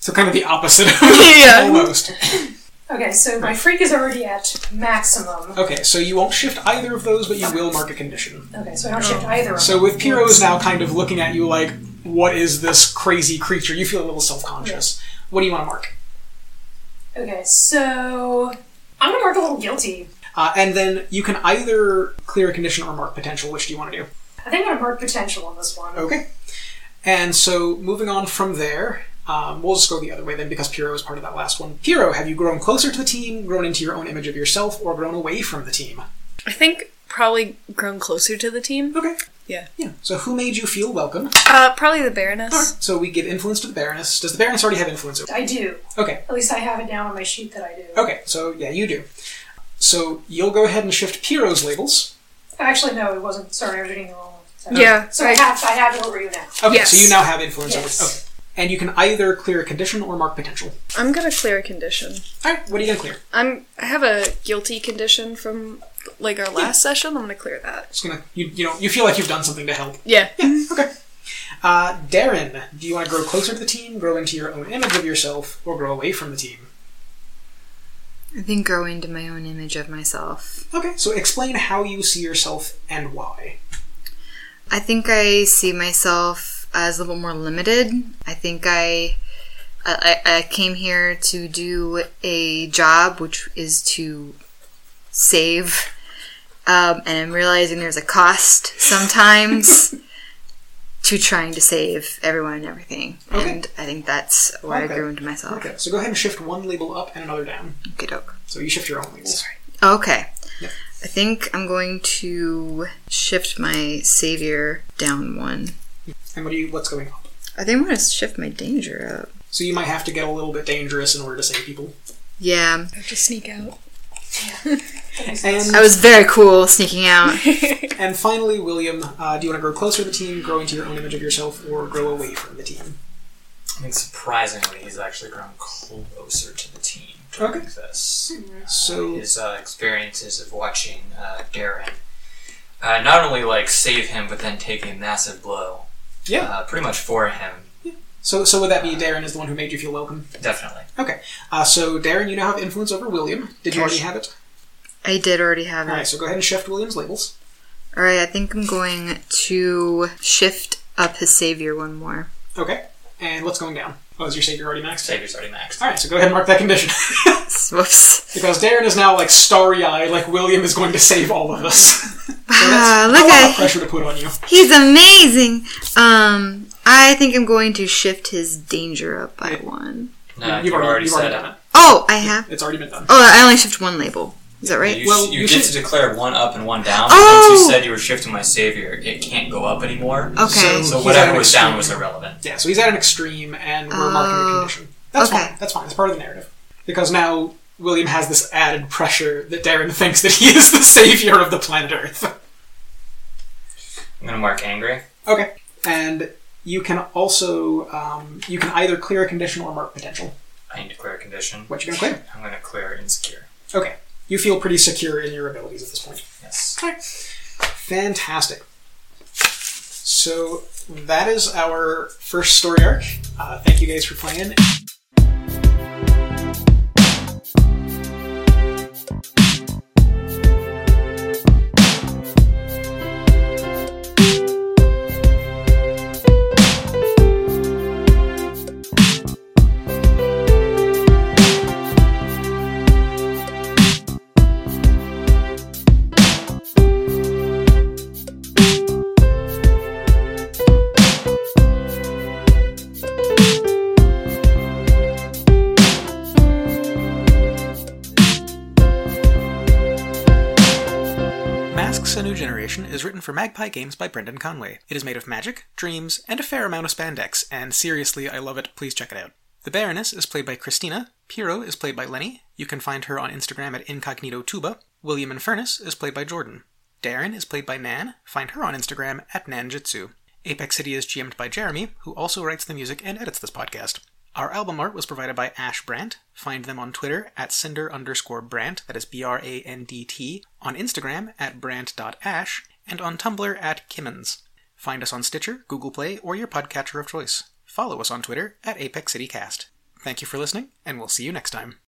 Speaker 1: So kind of the opposite.
Speaker 2: Yeah.
Speaker 4: Oh,
Speaker 1: Almost.
Speaker 4: Okay, so my freak is already at maximum.
Speaker 1: Okay. So you won't shift either of those, but you will mark a condition.
Speaker 4: Okay, so I don't shift either of them.
Speaker 1: So with Piro's now kind of looking at you like, "What is this crazy creature?" You feel a little self-conscious. What do you want to mark?
Speaker 4: Okay, so I'm gonna mark a little guilty.
Speaker 1: Uh, and then you can either clear a condition or mark potential. Which do you want to do?
Speaker 4: I think I'm gonna mark potential on this one.
Speaker 1: Okay. And so moving on from there, um, we'll just go the other way then because Piro is part of that last one. Piro, have you grown closer to the team, grown into your own image of yourself, or grown away from the team?
Speaker 2: I think probably grown closer to the team.
Speaker 1: Okay.
Speaker 2: Yeah.
Speaker 1: Yeah. So who made you feel welcome?
Speaker 2: Uh, probably the Baroness.
Speaker 1: So we give influence to the Baroness. Does the Baroness already have influence over?
Speaker 4: I do.
Speaker 1: Okay.
Speaker 4: At least I have it now on my sheet that I do.
Speaker 1: Okay. So yeah, you do. So you'll go ahead and shift Piro's labels.
Speaker 4: Actually, no, it wasn't. Sorry, I was reading the wrong one. Sorry.
Speaker 2: Yeah.
Speaker 4: So I have, I have it over you now.
Speaker 1: Okay.
Speaker 2: Yes.
Speaker 1: So you now have influence over. Okay.
Speaker 4: Yes.
Speaker 1: And you can either clear a condition or mark potential.
Speaker 2: I'm going to clear a condition.
Speaker 1: All right. What are you gonna clear?
Speaker 2: I'm I have a guilty condition from like our last session. I'm going to clear that.
Speaker 1: It's gonna you you know you feel like you've done something to help.
Speaker 2: Yeah.
Speaker 1: Okay. Uh, Darren, do you want to grow closer to the team, grow into your own image of yourself, or grow away from the team?
Speaker 3: I think growing to my own image of myself.
Speaker 1: Okay, so explain how you see yourself and why.
Speaker 3: I think I see myself as a little more limited. I think I, I, I I came here to do a job, which is to save, um, and I'm realizing there's a cost sometimes to trying to save everyone and everything.
Speaker 1: Okay.
Speaker 3: And I think that's where
Speaker 1: Okay.
Speaker 3: I grew into myself.
Speaker 1: Okay, so go ahead and shift one label up and another down.
Speaker 3: Okay, doke.
Speaker 1: So you shift your own labels.
Speaker 3: Okay. I think I'm going to shift my savior down one.
Speaker 1: And what do you? What's going up?
Speaker 3: I think I'm going to shift my danger up.
Speaker 1: So you might have to get a little bit dangerous in order to save people.
Speaker 3: Yeah,
Speaker 2: Just sneak out.
Speaker 1: And
Speaker 3: I was very cool sneaking out.
Speaker 1: and finally, William, uh, do you want to grow closer to the team, grow into your own image of yourself, or grow away from the team?
Speaker 5: I mean, surprisingly, he's actually grown closer to the team during
Speaker 1: Okay.
Speaker 5: this.
Speaker 1: So
Speaker 5: His uh, experiences of watching uh, Darren uh, not only like save him, but then take a massive blow,
Speaker 1: yeah.
Speaker 5: uh, pretty much for him,
Speaker 1: So so would that be Darren is the one who made you feel welcome?
Speaker 5: definitely.
Speaker 1: Okay. Uh, so Darren, you now have influence over William. Did you already have it?
Speaker 3: I did already have
Speaker 1: All right,
Speaker 3: it.
Speaker 1: so go ahead and shift William's labels.
Speaker 3: All right, I think I'm going to shift up his savior one more.
Speaker 1: Okay. And what's going down? Oh, is your savior already maxed?
Speaker 5: Savior's already maxed.
Speaker 1: All right, so go ahead and mark that condition.
Speaker 3: Whoops!
Speaker 1: because Darren is now like starry-eyed, like William is going to save all of us. so
Speaker 3: Ah,
Speaker 1: that's a
Speaker 3: look
Speaker 1: lot
Speaker 3: at
Speaker 1: of pressure to put on you.
Speaker 3: he's amazing. Um, I think I'm going to shift his danger up by one.
Speaker 5: No,
Speaker 1: Uh, you've already, you've already done it.
Speaker 3: Oh, I have.
Speaker 1: It's already been done.
Speaker 3: Oh, I only shift one label. Is that right?
Speaker 5: You,
Speaker 1: Well,
Speaker 5: sh- you,
Speaker 1: you
Speaker 5: get
Speaker 1: should-
Speaker 5: to declare one up and one down.
Speaker 3: Oh!
Speaker 5: Once you said you were shifting my savior, it can't go up anymore.
Speaker 3: Okay.
Speaker 5: So
Speaker 1: Um, He's at
Speaker 5: whatever
Speaker 1: an
Speaker 5: was down
Speaker 1: extreme.
Speaker 5: was irrelevant.
Speaker 1: Yeah, so he's at an extreme, and we're marking a condition. That's
Speaker 3: Ah. okay.
Speaker 1: fine. That's fine. It's part of the narrative. Because now William has this added pressure that Darren thinks that he is the savior of the planet Earth.
Speaker 5: I'm gonna mark angry.
Speaker 1: okay. And you can also um, you can either clear a condition or mark potential.
Speaker 5: I need to clear a condition.
Speaker 1: What you gonna clear?
Speaker 5: I'm gonna clear insecure.
Speaker 1: Okay. You feel pretty secure in your abilities at this point.
Speaker 5: Yes.
Speaker 1: Fantastic. So that is our first story arc. Uh, thank you guys for playing. Masks: A New Generation is written for Magpie Games by Brendan Conway. It is made of magic, dreams, and a fair amount of spandex, and seriously, I love it. Please check it out. The Baroness is played by Christina. Piero is played by Lenny. You can find her on Instagram at Incognito Tuba. William Infernus is played by Jordan. Darren is played by Nan. Find her on Instagram at Nanjitsu. Apex City is GM'd by Jeremy, who also writes the music and edits this podcast. Our album art was provided by Ash Brandt. Find them on Twitter at cinder underscore Brandt, that is B R A N D T, on Instagram at Brandt.ash, and on Tumblr at Kimmons. Find us on Stitcher, Google Play, or your podcatcher of choice. Follow us on Twitter at Apex City Cast. Thank you for listening, and we'll see you next time.